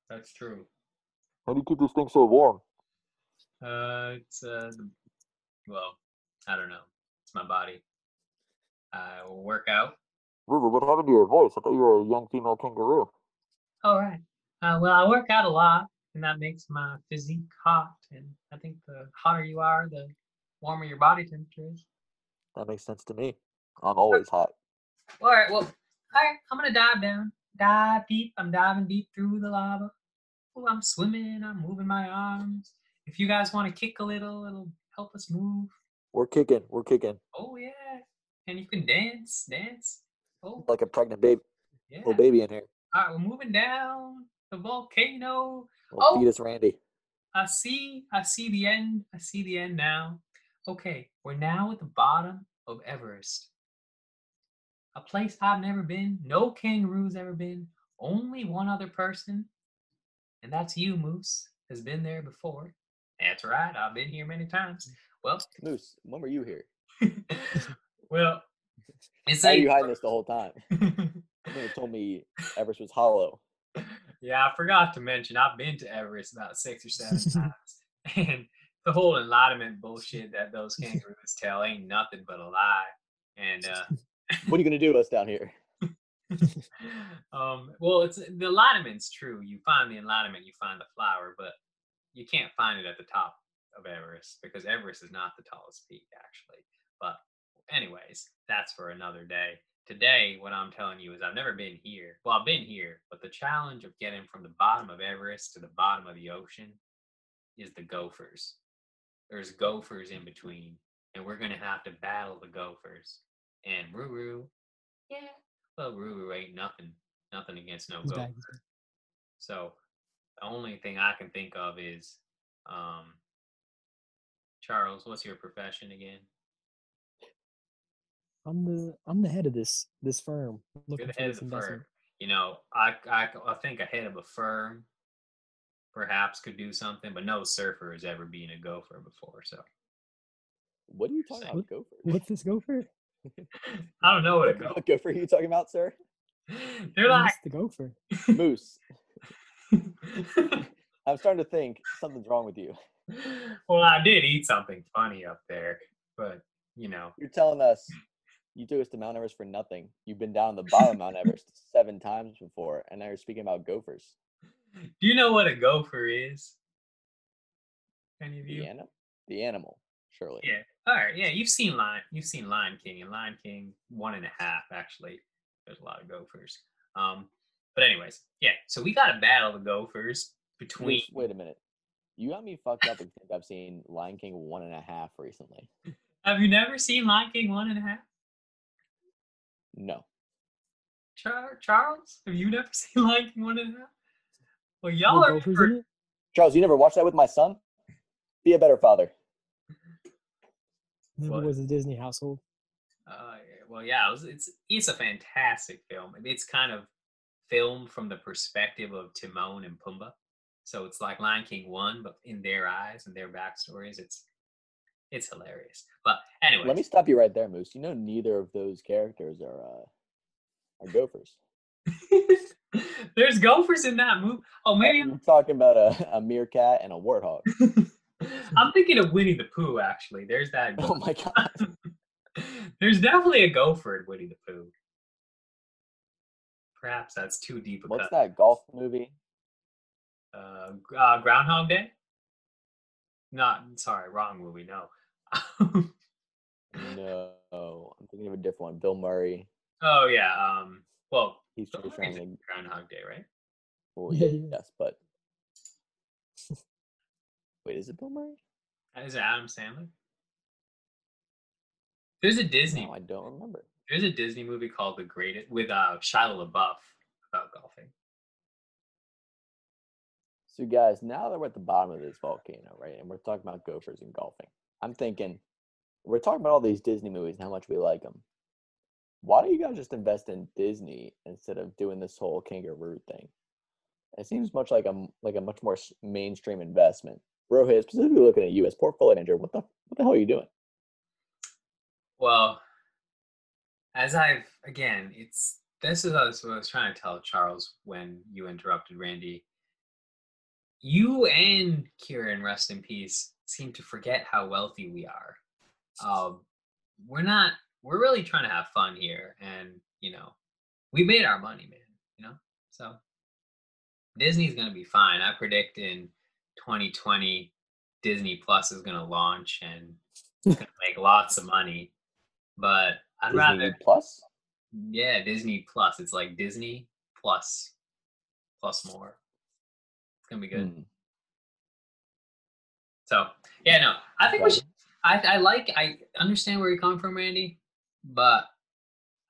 Speaker 2: That's true.
Speaker 1: How do you keep this thing so warm?
Speaker 2: Uh, it's uh, the- well, I don't know. It's my body. I work out.
Speaker 1: Ruru, what happened to your voice? I thought you were a young female kangaroo.
Speaker 2: All right. Uh, well, I work out a lot, and that makes my physique hot. And I think the hotter you are, the warmer your body temperature is.
Speaker 1: That makes sense to me. I'm always hot.
Speaker 2: All right. Well, all right. I'm gonna dive down, dive deep. I'm diving deep through the lava. Ooh, I'm swimming. I'm moving my arms. If you guys want to kick a little, it'll help us move.
Speaker 1: We're kicking. We're kicking
Speaker 2: Oh yeah. And you can dance, dance. Oh
Speaker 1: like a pregnant baby,
Speaker 2: yeah.
Speaker 1: little baby in here.
Speaker 2: All right, we're moving down the volcano.
Speaker 1: Little
Speaker 2: Oh.
Speaker 1: fetus Randy.
Speaker 2: I see, I see the end. I see the end now. Okay, we're now at the bottom of Everest, a place I've never been. No kangaroos ever been. Only one other person, and that's you, Moose, has been there before. That's right. I've been here many times. Well, [laughs]
Speaker 1: Moose, when were you here?
Speaker 2: well, it's
Speaker 1: How are
Speaker 2: a-
Speaker 1: you hiding this the whole time?
Speaker 2: [laughs]
Speaker 1: You never told me Everest was hollow.
Speaker 2: Yeah, I forgot to mention I've been to Everest about six or seven times, and the whole enlightenment bullshit that those kangaroos tell ain't nothing but a lie. And uh,
Speaker 1: What are you gonna do to us down here?
Speaker 2: um, well, it's the enlightenment's true. You find the enlightenment, you find the flower, but you can't find it at the top of Everest because Everest is not the tallest peak, actually. But, anyways, that's for another day. Today, what I'm telling you is I've never been here. Well, I've been here, but the challenge of getting from the bottom of Everest to the bottom of the ocean is the gophers. There's gophers in between, and we're going to have to battle the gophers. And Ruru, yeah, well, Ruru ain't nothing, nothing against no
Speaker 3: He's
Speaker 2: gopher.
Speaker 3: back, he's back.
Speaker 2: So the only thing I can think of is, um, Charles, what's your profession again?
Speaker 3: I'm the I'm the head of this this firm.
Speaker 2: You're
Speaker 3: Looking
Speaker 2: the
Speaker 3: for
Speaker 2: head
Speaker 3: this
Speaker 2: of the
Speaker 3: investment.
Speaker 2: firm. You know, I, I, I think a head of a firm perhaps could do something, but no surfer has ever been a gopher before. So [laughs]
Speaker 1: What are you talking about,
Speaker 3: What-
Speaker 1: Gopher?
Speaker 3: What's this gopher?
Speaker 2: I don't know what a
Speaker 1: What
Speaker 3: [laughs]
Speaker 1: [laughs]
Speaker 2: gopher.
Speaker 1: kind of Gopher are you talking about, sir?
Speaker 2: [laughs] They're
Speaker 3: What's
Speaker 2: like, [laughs]
Speaker 3: the gopher?
Speaker 1: Moose, I'm starting to think something's wrong with you.
Speaker 2: well, I did eat something funny up there, but you know,
Speaker 1: You're telling us you took us to Mount Everest for nothing. You've been down the bottom of Mount Everest seven times before, and now you're speaking about gophers.
Speaker 2: do you know what a gopher is? Any of you?
Speaker 1: The animal, the animal, surely.
Speaker 2: Yeah. All right. Yeah, you've seen Lion. You've seen Lion King and Lion King one and a half. Actually, there's a lot of gophers. Um, but anyways, yeah. So we got to battle the gophers between.
Speaker 1: Moose, wait a minute. You got me fucked up. if you think I've seen Lion King one and a half recently.
Speaker 2: Have you never seen Lion King one and a half?
Speaker 1: No,
Speaker 2: Char- Charles, have you never [laughs] seen Lion King one and a half? Well,
Speaker 3: Were
Speaker 2: y'all are.
Speaker 3: gophers
Speaker 2: never-
Speaker 3: in it?
Speaker 1: Charles, you never watched that with my son. Be a better father.
Speaker 3: Never
Speaker 2: What?
Speaker 3: was a Disney household.
Speaker 2: Uh, well, yeah, it was, it's it's a fantastic film. It's kind of filmed from the perspective of Timon and Pumbaa, so it's like Lion King one, but in their eyes and their backstories, it's It's hilarious. But anyway,
Speaker 1: Let me stop you right there, Moose. You know, neither of those characters are uh, are gophers.
Speaker 2: [laughs] there's gophers in that movie. Oh, maybe
Speaker 1: [laughs]
Speaker 2: I'm [laughs]
Speaker 1: I'm talking about a, a meerkat and a warthog. [laughs]
Speaker 2: I'm thinking of Winnie the Pooh. Actually, there's that.
Speaker 1: Oh my god!
Speaker 2: [laughs] There's definitely a gopher in Winnie the Pooh. Perhaps that's too deep a
Speaker 1: What's
Speaker 2: cut.
Speaker 1: that golf movie?
Speaker 2: Uh, Gr- uh, Groundhog Day. Not sorry, wrong movie. No. [laughs]
Speaker 1: No, I'm thinking of a different one. Bill Murray.
Speaker 2: oh yeah. Um. Well,
Speaker 1: He's
Speaker 2: Bill
Speaker 1: just
Speaker 2: Murray's
Speaker 1: trying to.
Speaker 2: Groundhog Day, right?
Speaker 1: Well,
Speaker 3: Yeah,
Speaker 1: yeah,
Speaker 3: yeah.
Speaker 1: yes, but [laughs] wait, is it Bill Murray?
Speaker 2: Is it Adam Sandler? There's a Disney.
Speaker 1: No, I don't remember.
Speaker 2: There's a Disney movie called The Greatest with uh, Shia LaBeouf about golfing.
Speaker 1: So, guys, now that we're at the bottom of this volcano, right, and we're talking about gophers and golfing, I'm thinking we're talking about all these Disney movies and how much we like them. Why don't you guys just invest in Disney instead of doing this whole kangaroo thing? It seems much like a m- like a much more s- mainstream investment. Rohit, specifically looking at you as portfolio manager, what the what the hell are you doing?
Speaker 2: Well, as I've again, it's this is what I was- what I was trying to tell Charles when you interrupted Randy. You and Kieran, rest in peace, seem to forget how wealthy we are. Um, we're not. We're really trying to have fun here, and you know, we made our money, man. You know, so Disney's gonna be fine. I predict in 2020, Disney Plus is gonna launch and it's gonna make lots of money. But I'd
Speaker 1: Disney
Speaker 2: rather
Speaker 1: Plus.
Speaker 2: yeah, Disney Plus. It's like Disney Plus, plus more. It's gonna be good.
Speaker 1: Hmm,
Speaker 2: So yeah, no, I think we
Speaker 1: okay.
Speaker 2: should. I, I like. I understand where you're coming from, Randy, but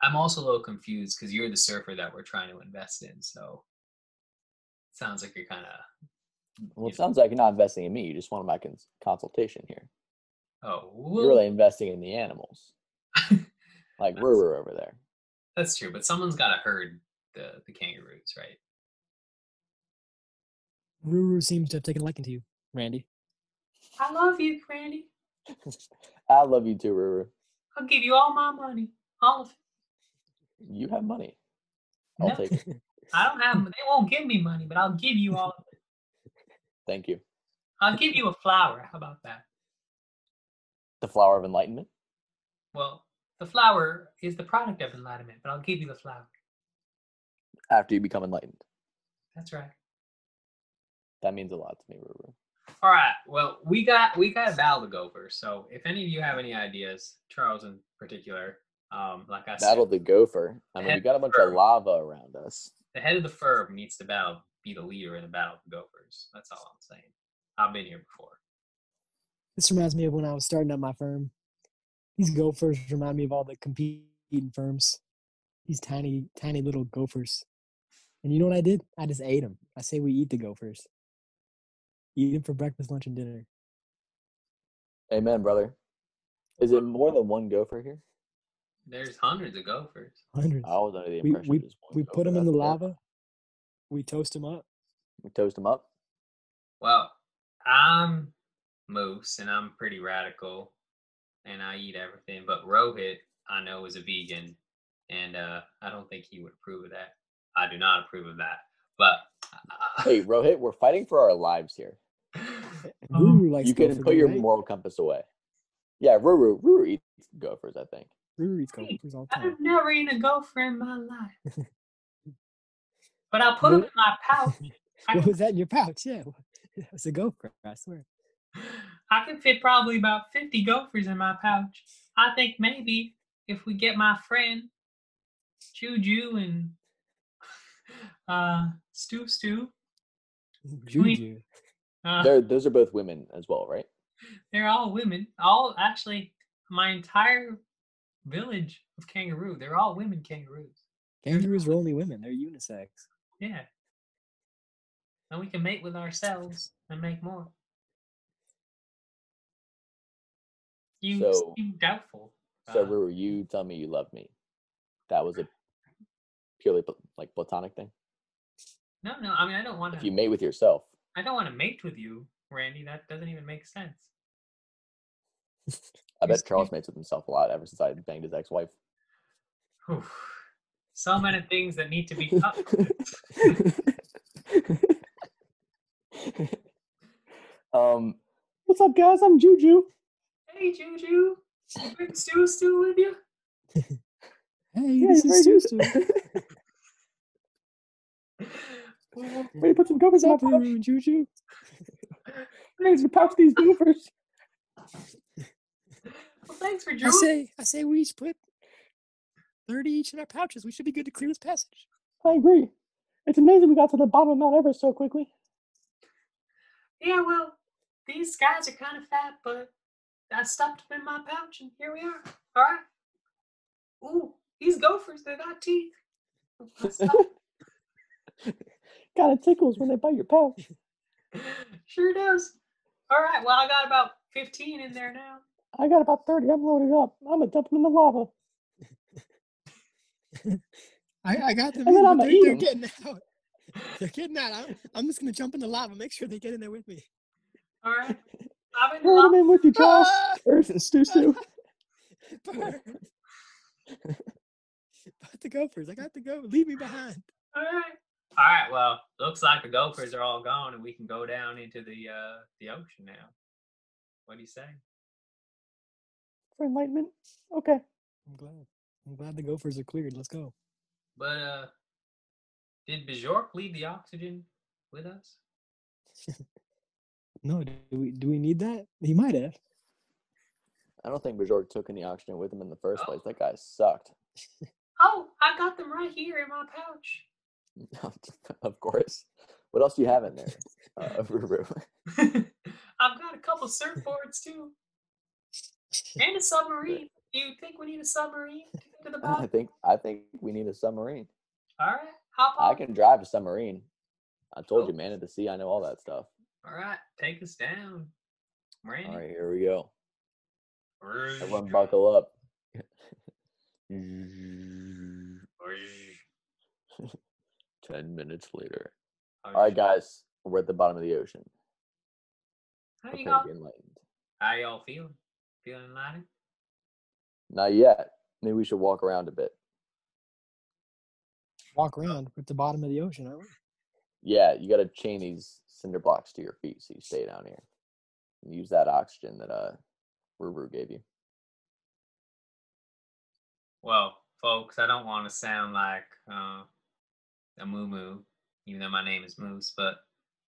Speaker 2: I'm also a little confused because you're the surfer that we're trying to invest in. So sounds like you're kind of
Speaker 1: Well, it
Speaker 2: yeah.
Speaker 1: sounds like you're not investing in me. You just wanted my cons- consultation here.
Speaker 2: oh,
Speaker 1: You're
Speaker 2: well,
Speaker 1: really investing in the animals, like
Speaker 2: That's-
Speaker 1: Ruru over there.
Speaker 2: [laughs] that's true. But someone's got to herd the the kangaroos, right?
Speaker 3: Ruru seems to have taken a liking to you, Randy.
Speaker 2: I love you, Randy.
Speaker 1: [laughs] I love you too, Ruru.
Speaker 2: I'll give you all my money, all of it.
Speaker 1: You have money. I'll
Speaker 2: No.
Speaker 1: take it.
Speaker 2: I don't have. They won't give me money, but I'll give you all. Of it.
Speaker 1: Thank you.
Speaker 2: I'll give you a flower. How about that?
Speaker 1: The flower of enlightenment.
Speaker 2: Well, the flower is the product of enlightenment, but I'll give you the flower.
Speaker 1: After you become enlightened,
Speaker 2: That's right.
Speaker 1: that means a lot to me, Ruru.
Speaker 2: All right. Well, we got we got a battle to go over. So if any of you have any ideas, Charles in particular, um, like I
Speaker 1: Battle
Speaker 2: said,
Speaker 1: the gopher. I mean, we
Speaker 2: Head
Speaker 1: got a bunch of
Speaker 2: first.
Speaker 1: lava around us.
Speaker 2: the head of the firm needs to battle be the leader in the battle of the gophers. That's all I'm saying. I've been here before.
Speaker 3: This reminds me of when I was starting up my firm. These gophers remind me of all the competing firms. These tiny, tiny little gophers. And you know what I did? I just ate them. I say we eat the gophers. Eat them for breakfast, lunch, and dinner. [laughs]
Speaker 1: Amen, brother. Is it more than one gopher here?
Speaker 2: There's hundreds of gophers.
Speaker 3: Hundreds.
Speaker 1: I was under the
Speaker 3: We
Speaker 1: impression
Speaker 3: we
Speaker 1: just one
Speaker 3: we
Speaker 1: gopher,
Speaker 3: put them in
Speaker 1: Oh, that's
Speaker 3: the
Speaker 1: fair.
Speaker 3: lava. We toast them up.
Speaker 1: We toast them up.
Speaker 2: Well, I'm Moose and I'm pretty radical and I eat everything, but Rohit I know is a vegan and uh, I don't think he would approve of that. I do not approve of that. But
Speaker 1: Hey, [laughs] Rohit, we're fighting for our lives here.
Speaker 2: [laughs] Um,
Speaker 3: Ruru likes
Speaker 1: you can
Speaker 3: gopher,
Speaker 1: put
Speaker 3: though,
Speaker 1: your
Speaker 3: right?
Speaker 1: moral compass away. Yeah, Ruru, Ruru eats gophers, I think.
Speaker 3: Ruru eats
Speaker 2: [laughs] Hey,
Speaker 3: gophers all the time.
Speaker 2: I've never eaten a gopher in my life. But I put him in my pouch.
Speaker 3: [laughs]
Speaker 2: I
Speaker 3: What
Speaker 2: can,
Speaker 3: was that in your pouch? Yeah, [laughs] it was a gopher. I swear.
Speaker 2: I can fit probably about 50 gophers in my pouch. I think maybe if we get my friend Juju and [laughs] uh, Stu Stu.
Speaker 3: Juju.
Speaker 2: Uh,
Speaker 1: They're, those are both women as well, right?
Speaker 2: They're all women. All actually, my entire village of kangaroo. They're all women kangaroos.
Speaker 3: Kangaroos are only women. They're unisex.
Speaker 2: Yeah, and we can mate with ourselves and make more. You
Speaker 1: So-
Speaker 2: seem doubtful.
Speaker 1: So,
Speaker 2: Uh,
Speaker 1: Ruru, you tell me you love me. That was a purely pl- like platonic thing.
Speaker 2: no, no. I mean, I don't want
Speaker 1: [sighs] If you
Speaker 2: to.
Speaker 1: mate with yourself,
Speaker 2: I don't want to mate with you, Randy. That doesn't even make sense.
Speaker 1: I bet Charles mates with himself a lot ever since I banged his ex-wife.
Speaker 2: Whew. So many things that need to be cut.
Speaker 1: um, what's up, guys? I'm Juju.
Speaker 2: hey, Juju, you bring Stu Stu with you? [laughs]
Speaker 3: Hey,
Speaker 1: Yeah,
Speaker 3: this
Speaker 1: he's very
Speaker 3: is Stu
Speaker 1: good.
Speaker 3: Stu.
Speaker 2: Ooh.
Speaker 1: Way to put some gophers in my
Speaker 3: Stop
Speaker 1: pouch.
Speaker 3: ruin Juju.
Speaker 1: Thanks to pouch these gophers.
Speaker 2: Well, thanks for
Speaker 3: I
Speaker 2: joining.
Speaker 3: say, I say, we each put thirty each in our pouches. We should be good to clear this passage.
Speaker 1: I agree. It's amazing we got to the bottom of Mount Everest so quickly.
Speaker 2: Yeah, well, these guys are kind of fat, but I stuffed them in my pouch, and here we are. All right. Ooh, these gophers, they got teeth. [laughs] I stuffed-
Speaker 1: God, it tickles when they bite your pouch.
Speaker 2: sure does. All right. Well, I got about 15 in there now.
Speaker 1: I got about 30. I'm loaded up. I'm going to dump them in the lava.
Speaker 3: I, I got them.
Speaker 1: And
Speaker 3: in,
Speaker 1: then
Speaker 3: but
Speaker 1: I'ma
Speaker 3: they're,
Speaker 1: eat
Speaker 3: they're
Speaker 1: 'em.
Speaker 3: getting out. They're getting out. I'm, I'm just gonna jump in the lava. Make sure they get in there with me.
Speaker 2: All right. I'm in the
Speaker 1: Throw them
Speaker 2: lava.
Speaker 1: in with you, [laughs]
Speaker 3: [laughs]
Speaker 1: Charles.
Speaker 3: Ah!
Speaker 1: Or Stu Stu.
Speaker 3: Burn. But the gophers, I got the go. Leave me behind.
Speaker 2: All right. All right. Well, looks like the gophers are all gone, and we can go down into the uh, the ocean now. What do you say?
Speaker 1: For enlightenment. Okay.
Speaker 3: I'm glad. I'm glad the gophers are cleared. Let's go.
Speaker 2: But uh, did Bjork leave the oxygen with us?
Speaker 3: No, do we do we need that? He might have.
Speaker 1: I don't think Bajor took any oxygen with him in the first
Speaker 2: Oh.
Speaker 1: place. That guy sucked. [laughs]
Speaker 2: Oh, I got them right here in my pouch. [laughs]
Speaker 1: of course. What else do you have in there? Uh, [laughs] Ruru.
Speaker 2: I've got a couple surfboards too, and a submarine. Do you think we need a submarine to get to the
Speaker 1: I
Speaker 2: bottom?
Speaker 1: think I think we need a submarine.
Speaker 2: [laughs] All right, hop on.
Speaker 1: I can drive a submarine. I told you,
Speaker 2: Oh.
Speaker 1: man, at the sea, I know all that stuff.
Speaker 2: All right, take us down, Randy.
Speaker 1: All right, here we go.
Speaker 2: Whoosh,
Speaker 1: Everyone, buckle
Speaker 2: [laughs]
Speaker 1: up. Ten
Speaker 2: whoosh,
Speaker 1: minutes later. All right,
Speaker 2: whoosh.
Speaker 1: guys, we're at the bottom of the ocean.
Speaker 2: How you
Speaker 1: Prepare
Speaker 2: go?
Speaker 1: to be enlightened.
Speaker 2: How y'all feeling? Feeling enlightened?
Speaker 1: Not yet. Maybe we should walk around a bit.
Speaker 3: Walk around. We're at the bottom of the ocean, aren't we?
Speaker 1: Yeah, you got to chain these cinder blocks to your feet so you stay down here. And use that oxygen that uh, Ruru gave you.
Speaker 2: Well, folks, I don't want to sound like uh, a moo moo, even though my name is Moose, but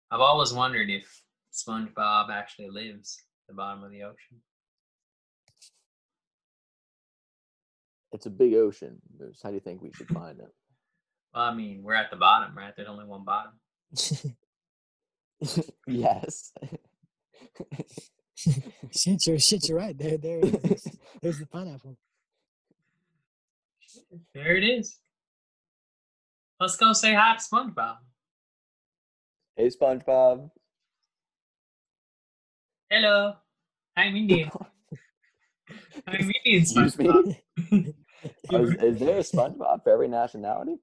Speaker 2: I've always wondered if SpongeBob actually lives at the bottom of the ocean.
Speaker 1: It's a big ocean, Moose. How do you think we should find it? [laughs]
Speaker 2: Well, I mean, we're at the bottom, right? There's only one bottom.
Speaker 3: [laughs]
Speaker 1: yes.
Speaker 3: [laughs] shit, you're shit. You're right. There, there.
Speaker 1: [laughs]
Speaker 3: it is. There's the pineapple.
Speaker 2: There it is. Let's go say hi to SpongeBob.
Speaker 1: hey, SpongeBob.
Speaker 2: Hello,
Speaker 1: [laughs]
Speaker 2: I'm Indian. I'm Indian
Speaker 1: Excuse me?
Speaker 2: SpongeBob.
Speaker 1: [laughs]
Speaker 2: [laughs]
Speaker 1: Is, is there a SpongeBob for every nationality?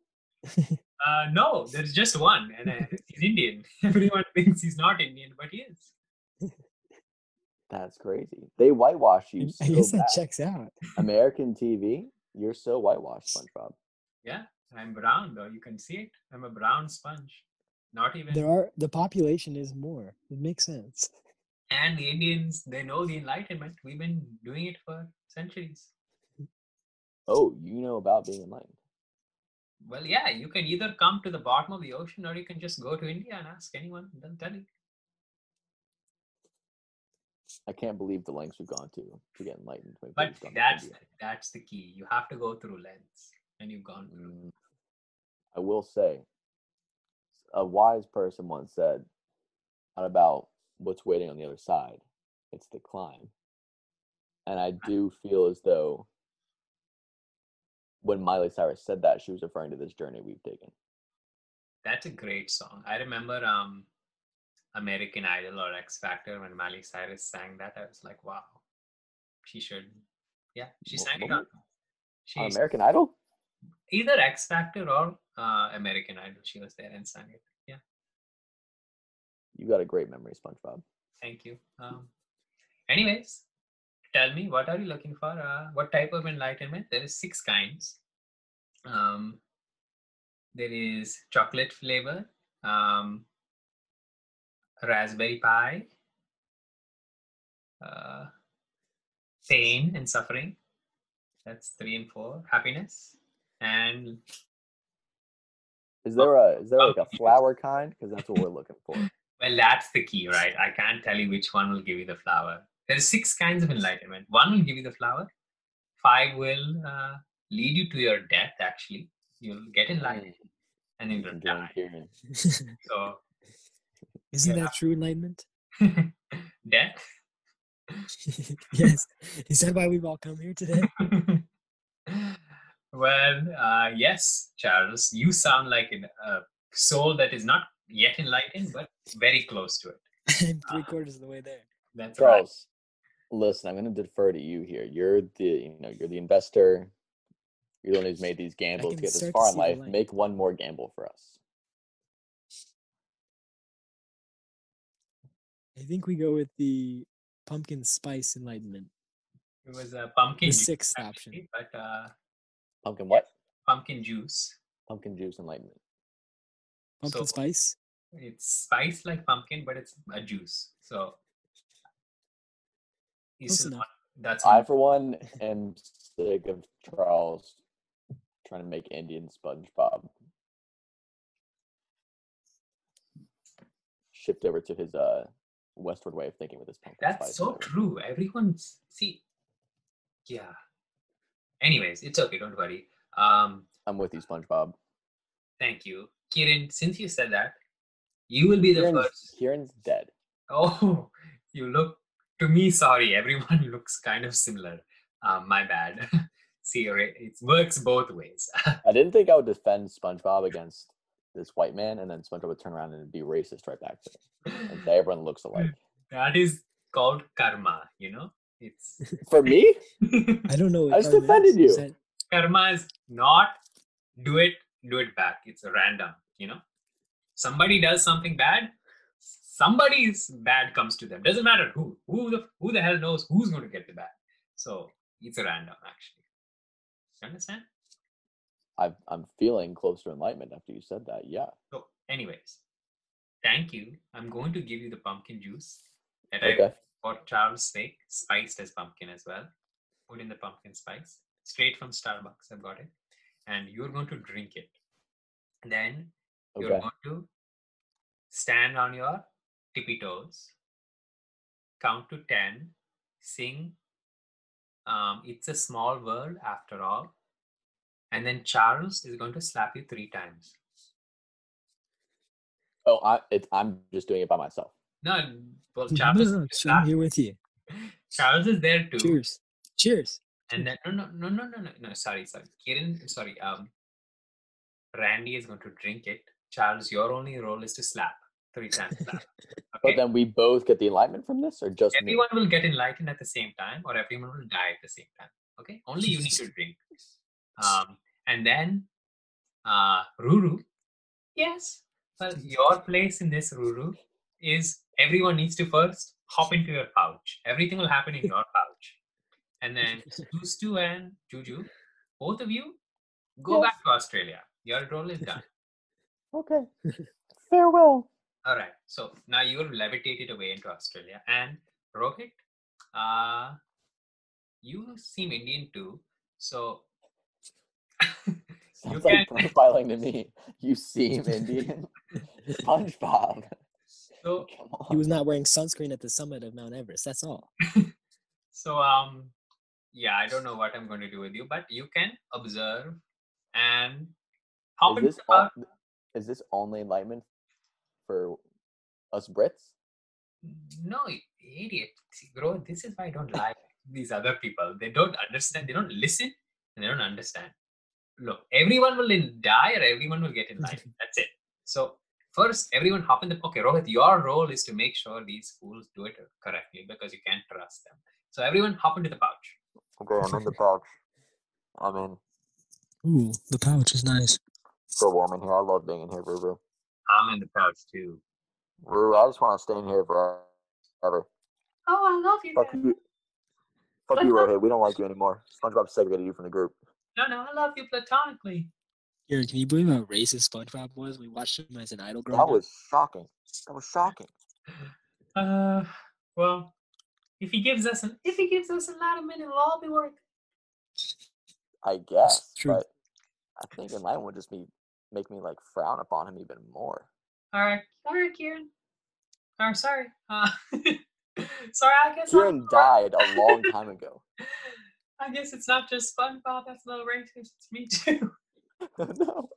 Speaker 2: Uh, no, there's just one, and uh, he's Indian. [laughs] Everyone thinks he's not Indian, but he is.
Speaker 1: That's crazy. They whitewash you so
Speaker 3: [laughs] I guess
Speaker 1: bad.
Speaker 3: that
Speaker 2: [laughs]
Speaker 3: checks out.
Speaker 1: American TV, you're so whitewashed, SpongeBob.
Speaker 2: Yeah, I'm brown though. You can see it. I'm a brown sponge. Not even.
Speaker 3: There are the population is more. It makes sense. [laughs]
Speaker 2: and the Indians, they know the Enlightenment. We've been doing it for centuries.
Speaker 1: Oh, you know about being enlightened.
Speaker 2: Well, yeah, you can either come to the bottom of the ocean or you can just go to India and ask anyone. They'll tell you.
Speaker 1: I can't believe the lengths we've gone to to get enlightened. when
Speaker 2: But
Speaker 1: we've gone to
Speaker 2: that's
Speaker 1: India.
Speaker 2: that's the key. You have to go through lens, and you've gone through.
Speaker 1: Mm, I will say, a wise person once said, not about what's waiting on the other side, it's the climb. And I do feel as though when Miley Cyrus said that, she was referring to this journey we've taken.
Speaker 2: That's a great song. I remember um, American Idol or X Factor when Miley Cyrus sang that. I was like, wow, she should. Yeah, she
Speaker 1: Wha-
Speaker 2: sang it
Speaker 1: what
Speaker 2: on. She
Speaker 1: On American Idol?
Speaker 2: either X Factor or uh, American Idol. She was there and sang it. Yeah,
Speaker 1: You got a great memory, SpongeBob.
Speaker 2: thank you. Um, anyways, tell me what are you looking for? Uh, what type of enlightenment? There is six kinds. Um, there is chocolate flavor, um, raspberry pie, uh, pain and suffering. That's three and four. Happiness and
Speaker 1: Is
Speaker 3: Oh,
Speaker 1: there a is there like a
Speaker 2: Pumpkin.
Speaker 1: flower kind? Because that's what we're looking
Speaker 3: [laughs]
Speaker 1: for.
Speaker 2: Well, that's the key, right? I can't tell you which one will give you the flower. There are six kinds of enlightenment. One will give you the flower. Five will uh, lead you to your death. Actually, you'll get enlightened and
Speaker 1: You
Speaker 2: you'll
Speaker 1: can join
Speaker 2: die.
Speaker 1: Kieran.
Speaker 2: So, [laughs]
Speaker 3: Isn't
Speaker 2: Yeah.
Speaker 3: that true enlightenment? [laughs]
Speaker 1: [laughs]
Speaker 2: death. [laughs]
Speaker 3: yes. Is that why we've all come here today? [laughs]
Speaker 2: well, uh, yes, Charles, you sound like an- a soul that is not yet enlightened, but very close to it.
Speaker 3: I'm
Speaker 1: Uh-huh.
Speaker 3: three quarters of the way there.
Speaker 2: That's right.
Speaker 1: Charles, listen, I'm going to defer to you here. You're the you know you're the investor. You're the one who's
Speaker 3: [laughs]
Speaker 1: made these gambles to
Speaker 3: can
Speaker 1: get this
Speaker 3: start to
Speaker 1: far in
Speaker 3: see the
Speaker 1: life.
Speaker 3: light.
Speaker 1: Make one more gamble for us.
Speaker 3: I think we go with the pumpkin spice enlightenment,
Speaker 2: It was a pumpkin
Speaker 3: the
Speaker 2: juice,
Speaker 3: sixth option.
Speaker 2: actually, but uh,
Speaker 1: Pumpkin what?
Speaker 2: pumpkin juice.
Speaker 1: Pumpkin juice
Speaker 3: [laughs]
Speaker 1: enlightenment.
Speaker 3: Pumpkin
Speaker 2: So-
Speaker 3: spice.
Speaker 2: it's spiced like pumpkin, but it's a juice. So
Speaker 3: Close
Speaker 2: it's
Speaker 3: enough.
Speaker 2: not, that's
Speaker 1: I,
Speaker 2: not,
Speaker 1: for one, am sick of Charles trying to make Indian SpongeBob. Shift over to his uh westward way of thinking with his pumpkin
Speaker 2: that's
Speaker 1: spice
Speaker 2: so
Speaker 1: flavor.
Speaker 2: true. Everyone's see, yeah. Anyways, it's okay. Don't worry. Um,
Speaker 1: I'm with you, SpongeBob.
Speaker 2: thank you, Kiran. Since you said that, you will be the
Speaker 1: Kieran's,
Speaker 2: first. [laughs]
Speaker 1: Kieran's dead.
Speaker 2: Oh, you look to me. Sorry, everyone [laughs] looks kind of similar. Um, my bad. [laughs] see, right, it works both ways. [laughs]
Speaker 1: I didn't think I would defend SpongeBob against this white man, and then SpongeBob would turn around and be racist right back to him and say everyone looks
Speaker 2: [laughs]
Speaker 1: alike.
Speaker 2: that is called karma. You know, it's.
Speaker 1: For me,
Speaker 3: I don't know. what
Speaker 1: I just
Speaker 3: karma
Speaker 1: offended
Speaker 3: is. Is
Speaker 1: you.
Speaker 3: that-
Speaker 2: karma is not do it, do it back. It's random, you know. Somebody does something bad, somebody's bad comes to them. Doesn't matter who. Who the who the hell knows who's going to get the bad. So it's random actually. You understand?
Speaker 1: I've, I'm feeling close to enlightenment after you said that. Yeah,
Speaker 2: So, anyways, thank you. I'm going to give you the pumpkin juice that I
Speaker 1: okay.
Speaker 2: for Charles' sake, spiced as pumpkin as well. Put in the pumpkin spice straight from Starbucks. I've got it, and you're going to drink it. Then you're
Speaker 1: Okay.
Speaker 2: going to stand on your tippy toes, count to 10, sing um, It's a Small World After All, and then Charles is going to slap you three times.
Speaker 1: Oh, I, it's, I'm just doing it by myself.
Speaker 2: No,
Speaker 3: [laughs]
Speaker 2: well,
Speaker 3: No,
Speaker 2: Charles,
Speaker 3: no, no, so I'm
Speaker 2: slap-
Speaker 3: here with you.
Speaker 2: Charles is there too.
Speaker 3: Cheers. Cheers.
Speaker 2: And then, no, no, no, no, no, no, no, sorry, sorry. Kiran, sorry. Um, Randy is going to drink it. Charles, your only role is to slap three times. Slap.
Speaker 1: But
Speaker 2: Okay?
Speaker 1: then we both get the enlightenment from this, or just me?
Speaker 2: everyone will get enlightened at the same time or everyone will die at the same time okay only you
Speaker 1: [laughs]
Speaker 2: need to drink um, and then uh, ruru yes well your place in this ruru is everyone needs to first hop into your pouch everything will happen
Speaker 1: [laughs]
Speaker 2: in your pouch and then Justu and juju both of you go
Speaker 1: Yes.
Speaker 2: back to australia your role is done
Speaker 1: Okay. [laughs] Farewell.
Speaker 2: All right. So now you have levitated away into Australia. And Rohit, uh, you seem Indian too. So
Speaker 1: Sounds
Speaker 2: You
Speaker 1: like profiling to me. You seem
Speaker 2: [laughs]
Speaker 1: Indian. SpongeBob.
Speaker 2: so
Speaker 1: Come
Speaker 3: He
Speaker 1: on.
Speaker 3: was not wearing sunscreen at the summit of Mount Everest. That's all.
Speaker 2: so um yeah, I don't know what I'm going to do with you, but you can observe and
Speaker 1: Is
Speaker 2: hop into
Speaker 1: this,
Speaker 2: the
Speaker 1: all,
Speaker 2: bar.
Speaker 1: is this only enlightenment for us Brits?
Speaker 2: No, you idiot, See, bro. This is why I don't like these other people. They don't understand. They don't listen, and they don't understand. Look, everyone will in- die, or everyone will get in line. That's it. So first, everyone hop in the okay, Rohit. Your role is to make sure these fools do it correctly because you can't trust them. So everyone hop into the pouch.
Speaker 1: Okay, I'm in the pouch. I'm in.
Speaker 3: Ooh, the pouch is nice.
Speaker 1: So warm in here. I love being in here, Ruru.
Speaker 2: I'm in the pouch too.
Speaker 1: Ruru, I just want to stay in here forever.
Speaker 2: Oh, I love you.
Speaker 1: Fuck
Speaker 2: man.
Speaker 1: you.
Speaker 4: Fuck you, Rohit. We don't like you anymore. SpongeBob segregated you from the group.
Speaker 2: No, no, I love you platonically.
Speaker 3: Aaron, can you believe how racist SpongeBob was? We watched him as an idol growing
Speaker 4: That
Speaker 3: up.
Speaker 4: was shocking. That was shocking.
Speaker 2: Uh, well, if he gives us an if he gives us enlightenment, it'll all be worth. it.
Speaker 4: I guess,
Speaker 3: true.
Speaker 4: but I think enlightenment would just be make me like frown upon him even more.
Speaker 2: All right, all right, Kieran. Or sorry, uh, [laughs] sorry. I guess I'm
Speaker 4: Kieran died a long time [laughs] ago.
Speaker 2: I guess it's not just SpongeBob that's a little racist. It's me too. [laughs]
Speaker 4: no,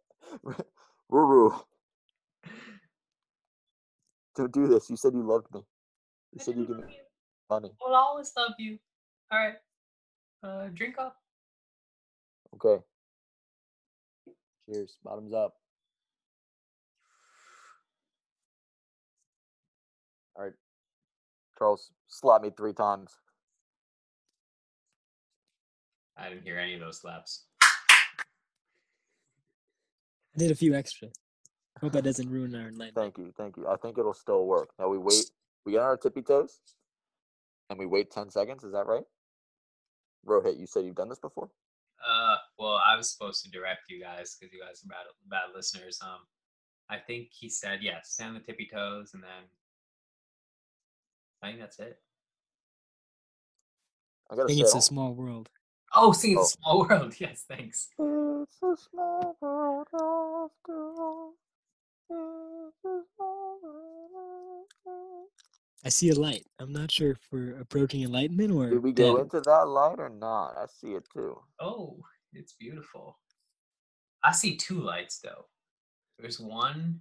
Speaker 4: Ruru, don't do this. You said you loved me. You
Speaker 2: I
Speaker 4: said
Speaker 2: do
Speaker 4: you give
Speaker 2: love
Speaker 4: me
Speaker 2: you.
Speaker 4: money.
Speaker 2: I will always love you. All right, uh, drink up.
Speaker 4: Okay.
Speaker 1: Cheers. Bottoms up.
Speaker 4: Charles, slap me three times.
Speaker 2: I didn't hear any of those slaps.
Speaker 3: I did a few extra. Hope that doesn't ruin our enlightenment.
Speaker 4: Thank you, thank you. I think it'll still work. Now we wait. We get on our tippy toes, and we wait ten seconds. Is that right? Rohit, you said you've done this before.
Speaker 2: Uh, well, I was supposed to direct you guys because you guys are bad, bad listeners. Um, I think he said yes, stand on the tippy toes, and then I think that's it.
Speaker 4: I
Speaker 3: I
Speaker 4: gotta
Speaker 3: think
Speaker 4: say,
Speaker 3: it's
Speaker 4: I
Speaker 3: a
Speaker 4: don't-
Speaker 3: small world.
Speaker 2: Oh, see, it's
Speaker 4: Oh.
Speaker 2: a small [laughs] world. Yes, thanks.
Speaker 4: It's a small world after all. It's a small world after
Speaker 3: I see a light. I'm not sure if we're approaching enlightenment or
Speaker 4: all. Did we
Speaker 3: death.
Speaker 4: go into that light or not? I see it too.
Speaker 2: Oh, it's beautiful. I see two lights though. There's one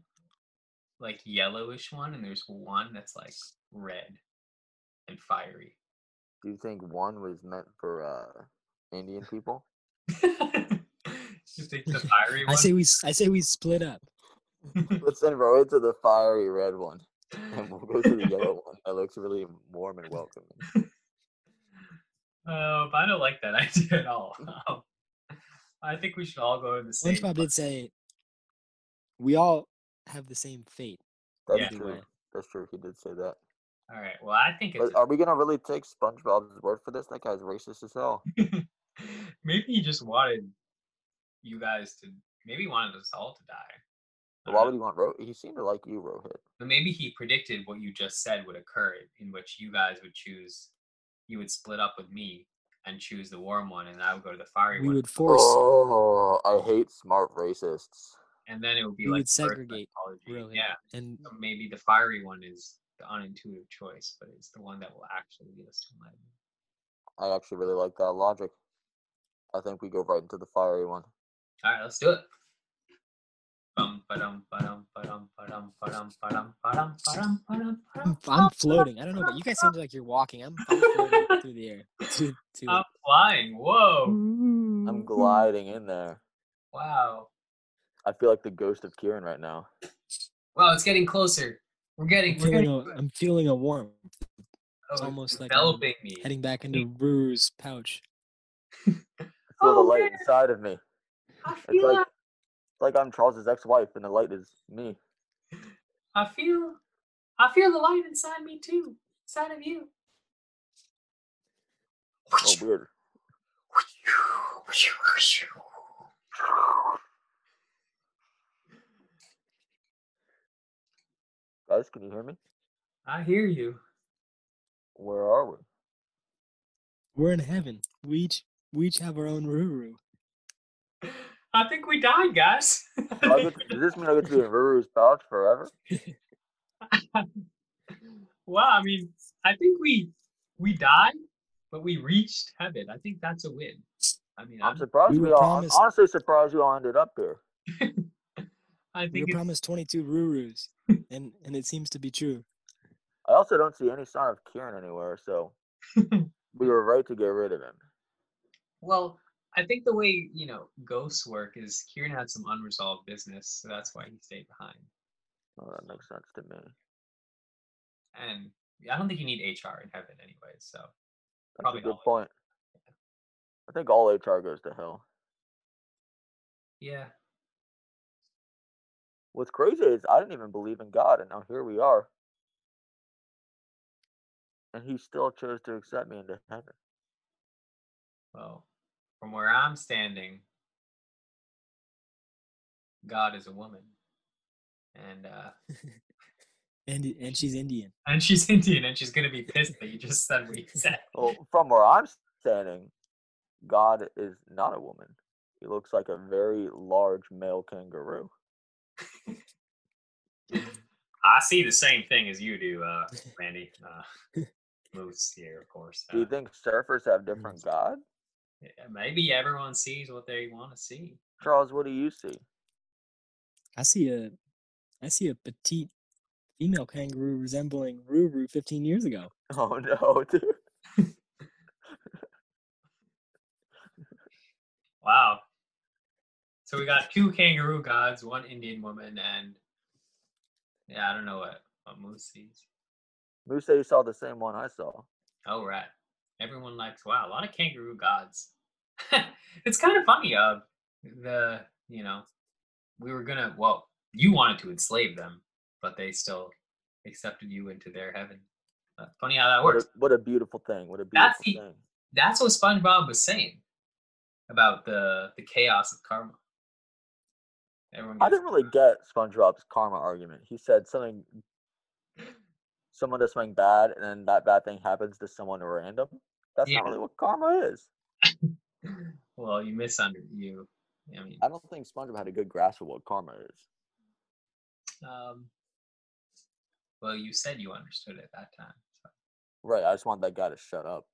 Speaker 2: like yellowish one, and there's one that's like red and fiery. [laughs]
Speaker 4: Do you think one was meant for uh, Indian people?
Speaker 2: you think the
Speaker 4: [laughs]
Speaker 2: fiery one?
Speaker 3: I say we. s- I say we split up.
Speaker 4: Let's send Rohit to the fiery red one,
Speaker 2: [laughs]
Speaker 4: and we'll go to the
Speaker 3: [laughs]
Speaker 4: yellow one. That looks really warm and welcoming.
Speaker 2: Um, I don't like that [laughs] idea at all. Um, I think we should all go in the same.
Speaker 3: SpongeBob did say we all have the same fate.
Speaker 4: That's
Speaker 2: Yeah.
Speaker 4: true.
Speaker 3: Anyway.
Speaker 4: That's true. He did say that.
Speaker 2: All right. Well, I think it's
Speaker 4: But are we gonna really take SpongeBob's word for this? That guy's racist as hell.
Speaker 2: [laughs] maybe he just wanted you guys to maybe he wanted us all to die. I
Speaker 4: Why
Speaker 2: don't
Speaker 4: would
Speaker 2: know.
Speaker 4: he want Rohit? He seemed to like you, Rohit.
Speaker 2: But maybe he predicted what you just said would occur, in which you guys would choose. You would split up with me and choose the warm one, and I would go to the fiery
Speaker 3: We
Speaker 2: one,
Speaker 3: would force
Speaker 4: Oh, I hate smart racists.
Speaker 2: and then it would be
Speaker 3: we
Speaker 2: like
Speaker 3: would
Speaker 2: reverse
Speaker 3: segregate,
Speaker 2: psychology.
Speaker 3: Rohit,
Speaker 2: Yeah.
Speaker 3: and
Speaker 2: So maybe the fiery one is the unintuitive choice, but it's the one that will actually lead us to enlightenment.
Speaker 4: I actually really like that logic. I think we go right into the fiery one.
Speaker 2: All right, let's do it. Bum, ba-dum, ba-dum, ba-dum, ba-dum, ba-dum, ba-dum, ba-dum, ba-dum, ba-dum,
Speaker 3: I'm,
Speaker 2: ba-dum,
Speaker 3: I'm floating. I don't know, but you guys seem like you're walking. I'm, I'm
Speaker 2: [laughs]
Speaker 3: floating through the air. To, to
Speaker 2: I'm flying. Whoa.
Speaker 3: Mm.
Speaker 2: Mm-hmm.
Speaker 4: I'm gliding in there.
Speaker 2: Wow.
Speaker 4: I feel like the ghost of Kieran right now.
Speaker 2: Wow, it's getting closer. We're
Speaker 3: I'm
Speaker 2: getting, we're
Speaker 3: feeling,
Speaker 2: getting
Speaker 3: a, I'm feeling a warmth
Speaker 2: oh, it's
Speaker 3: almost like I'm
Speaker 2: enveloping me.
Speaker 3: heading back into Ruru's pouch.
Speaker 4: I feel
Speaker 2: Oh,
Speaker 4: the light
Speaker 2: man.
Speaker 4: inside of me.
Speaker 2: I
Speaker 4: It's
Speaker 2: feel
Speaker 4: like it's like I'm Charles's ex-wife, and the light is me.
Speaker 2: I feel I feel the light inside me too. Inside of you.
Speaker 4: Oh, weird. Guys, can you hear me?
Speaker 2: I hear you.
Speaker 4: Where are we?
Speaker 3: We're in heaven. We each, we each have our own Ruru.
Speaker 2: I think we died, guys. [laughs]
Speaker 4: Do I get to- does this mean I get to be in Ruru's pouch forever?
Speaker 2: Well, I mean, I think we we died, but we reached heaven. I think that's a win. I mean,
Speaker 4: I'm
Speaker 2: I'm,
Speaker 4: surprised
Speaker 3: We
Speaker 4: we,
Speaker 3: were
Speaker 4: all. I'm
Speaker 3: promised-
Speaker 4: honestly surprised we all ended up here.
Speaker 2: I
Speaker 3: We were
Speaker 2: think it's,
Speaker 3: promised 22 Rurus, and, and it seems to be true. [laughs]
Speaker 4: I also don't see any sign of Kieran anywhere,
Speaker 2: [laughs]
Speaker 4: so we were right to get rid of him.
Speaker 2: well, I think the way you know ghosts work is Kieran had some unresolved business, so that's why he stayed behind.
Speaker 4: Oh, that makes sense to me.
Speaker 2: And I don't think you need HR in heaven anyway. So
Speaker 4: That's
Speaker 2: Probably
Speaker 4: a good
Speaker 2: all.
Speaker 4: point. I think all HR goes to hell.
Speaker 2: yeah,
Speaker 4: What's crazy is I didn't even believe in God, and now here we are. And he still chose to accept me into heaven.
Speaker 2: Well, from where I'm standing, God is a woman, and uh, [laughs]
Speaker 3: and and she's Indian.
Speaker 2: and she's Indian, and she's gonna be pissed that you just said what you said.
Speaker 4: Well, from where I'm standing, God is not a woman. He looks like a very large male kangaroo.
Speaker 2: [laughs] I see the same thing as you do, uh, Randy. Uh, moose here, of course.
Speaker 4: Do you
Speaker 2: Uh,
Speaker 4: think surfers have different gods?
Speaker 2: yeah, maybe everyone sees what they want to see.
Speaker 4: Charles, what do you see? [laughs]
Speaker 3: I see a, I see a petite female kangaroo resembling Ruru 15 years ago.
Speaker 4: Oh no, [laughs] dude.
Speaker 2: Wow. So we got two kangaroo gods, one Indian woman, and yeah, I don't know what, what Moose sees.
Speaker 4: Moose said you saw the same one I saw.
Speaker 2: Oh, right. Everyone likes, wow, a lot of kangaroo gods. [laughs] it's kind of funny. Uh, the, you know, we were going to, well, you wanted to enslave them, but they still accepted you into their heaven. Uh, funny how that
Speaker 4: What a,
Speaker 2: works.
Speaker 4: what a beautiful thing. What a beautiful
Speaker 2: That's
Speaker 4: thing.
Speaker 2: That's what SpongeBob was saying about the, the chaos of karma. Everyone
Speaker 4: I
Speaker 2: gets-
Speaker 4: didn't really get SpongeBob's karma argument. He said something someone does something bad and then that bad thing happens to someone random. That's
Speaker 2: Yeah.
Speaker 4: not really what karma is.
Speaker 2: well, you misunderstood. You, I mean,
Speaker 4: I don't think SpongeBob had a good grasp of what karma is.
Speaker 2: um, well, you said you understood at that time. So,
Speaker 4: Right, I just want that guy to shut up.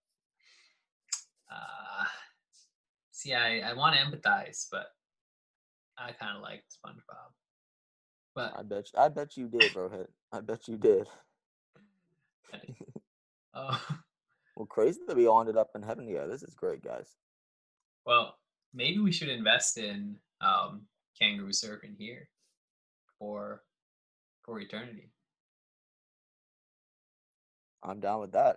Speaker 2: uh, see, I, I want to empathize, but I kind of liked SpongeBob. But
Speaker 4: I bet I bet you did, Rohit. I bet you did.
Speaker 2: oh, [laughs]
Speaker 4: Well, crazy that we all ended up in heaven together. This is great, guys.
Speaker 2: well, maybe we should invest in um, kangaroo surfing here for for eternity.
Speaker 4: I'm down with that.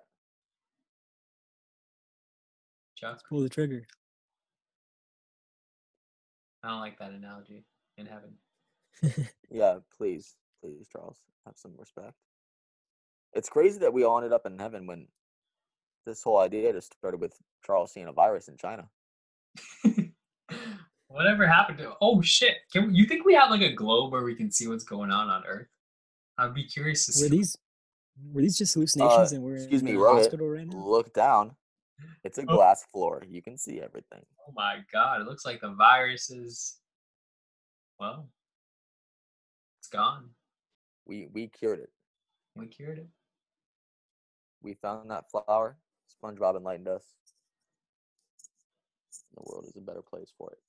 Speaker 2: Chuck,
Speaker 3: Pull the trigger.
Speaker 2: I don't like that analogy in heaven.
Speaker 4: Yeah, please, please, Charles, have some respect. It's crazy that we all ended up in heaven when this whole idea just started with Charles seeing a virus in China.
Speaker 2: [laughs] Whatever happened to? Oh shit! Can you think we have like a globe where we can see what's going on on Earth? I'd be curious to
Speaker 3: Were
Speaker 2: see.
Speaker 3: these were these just
Speaker 2: Uh,
Speaker 3: hallucinations and we're
Speaker 4: excuse
Speaker 3: in
Speaker 4: me,
Speaker 3: the
Speaker 4: Rohit.
Speaker 3: hospital right now?
Speaker 4: Look down. It's a
Speaker 2: Oh.
Speaker 4: glass floor. You can see everything.
Speaker 2: Oh my god! It looks like the virus is. Well, it's gone.
Speaker 4: We we cured it.
Speaker 2: We cured it.
Speaker 4: We found that flower. SpongeBob enlightened us. The world is a better place for it.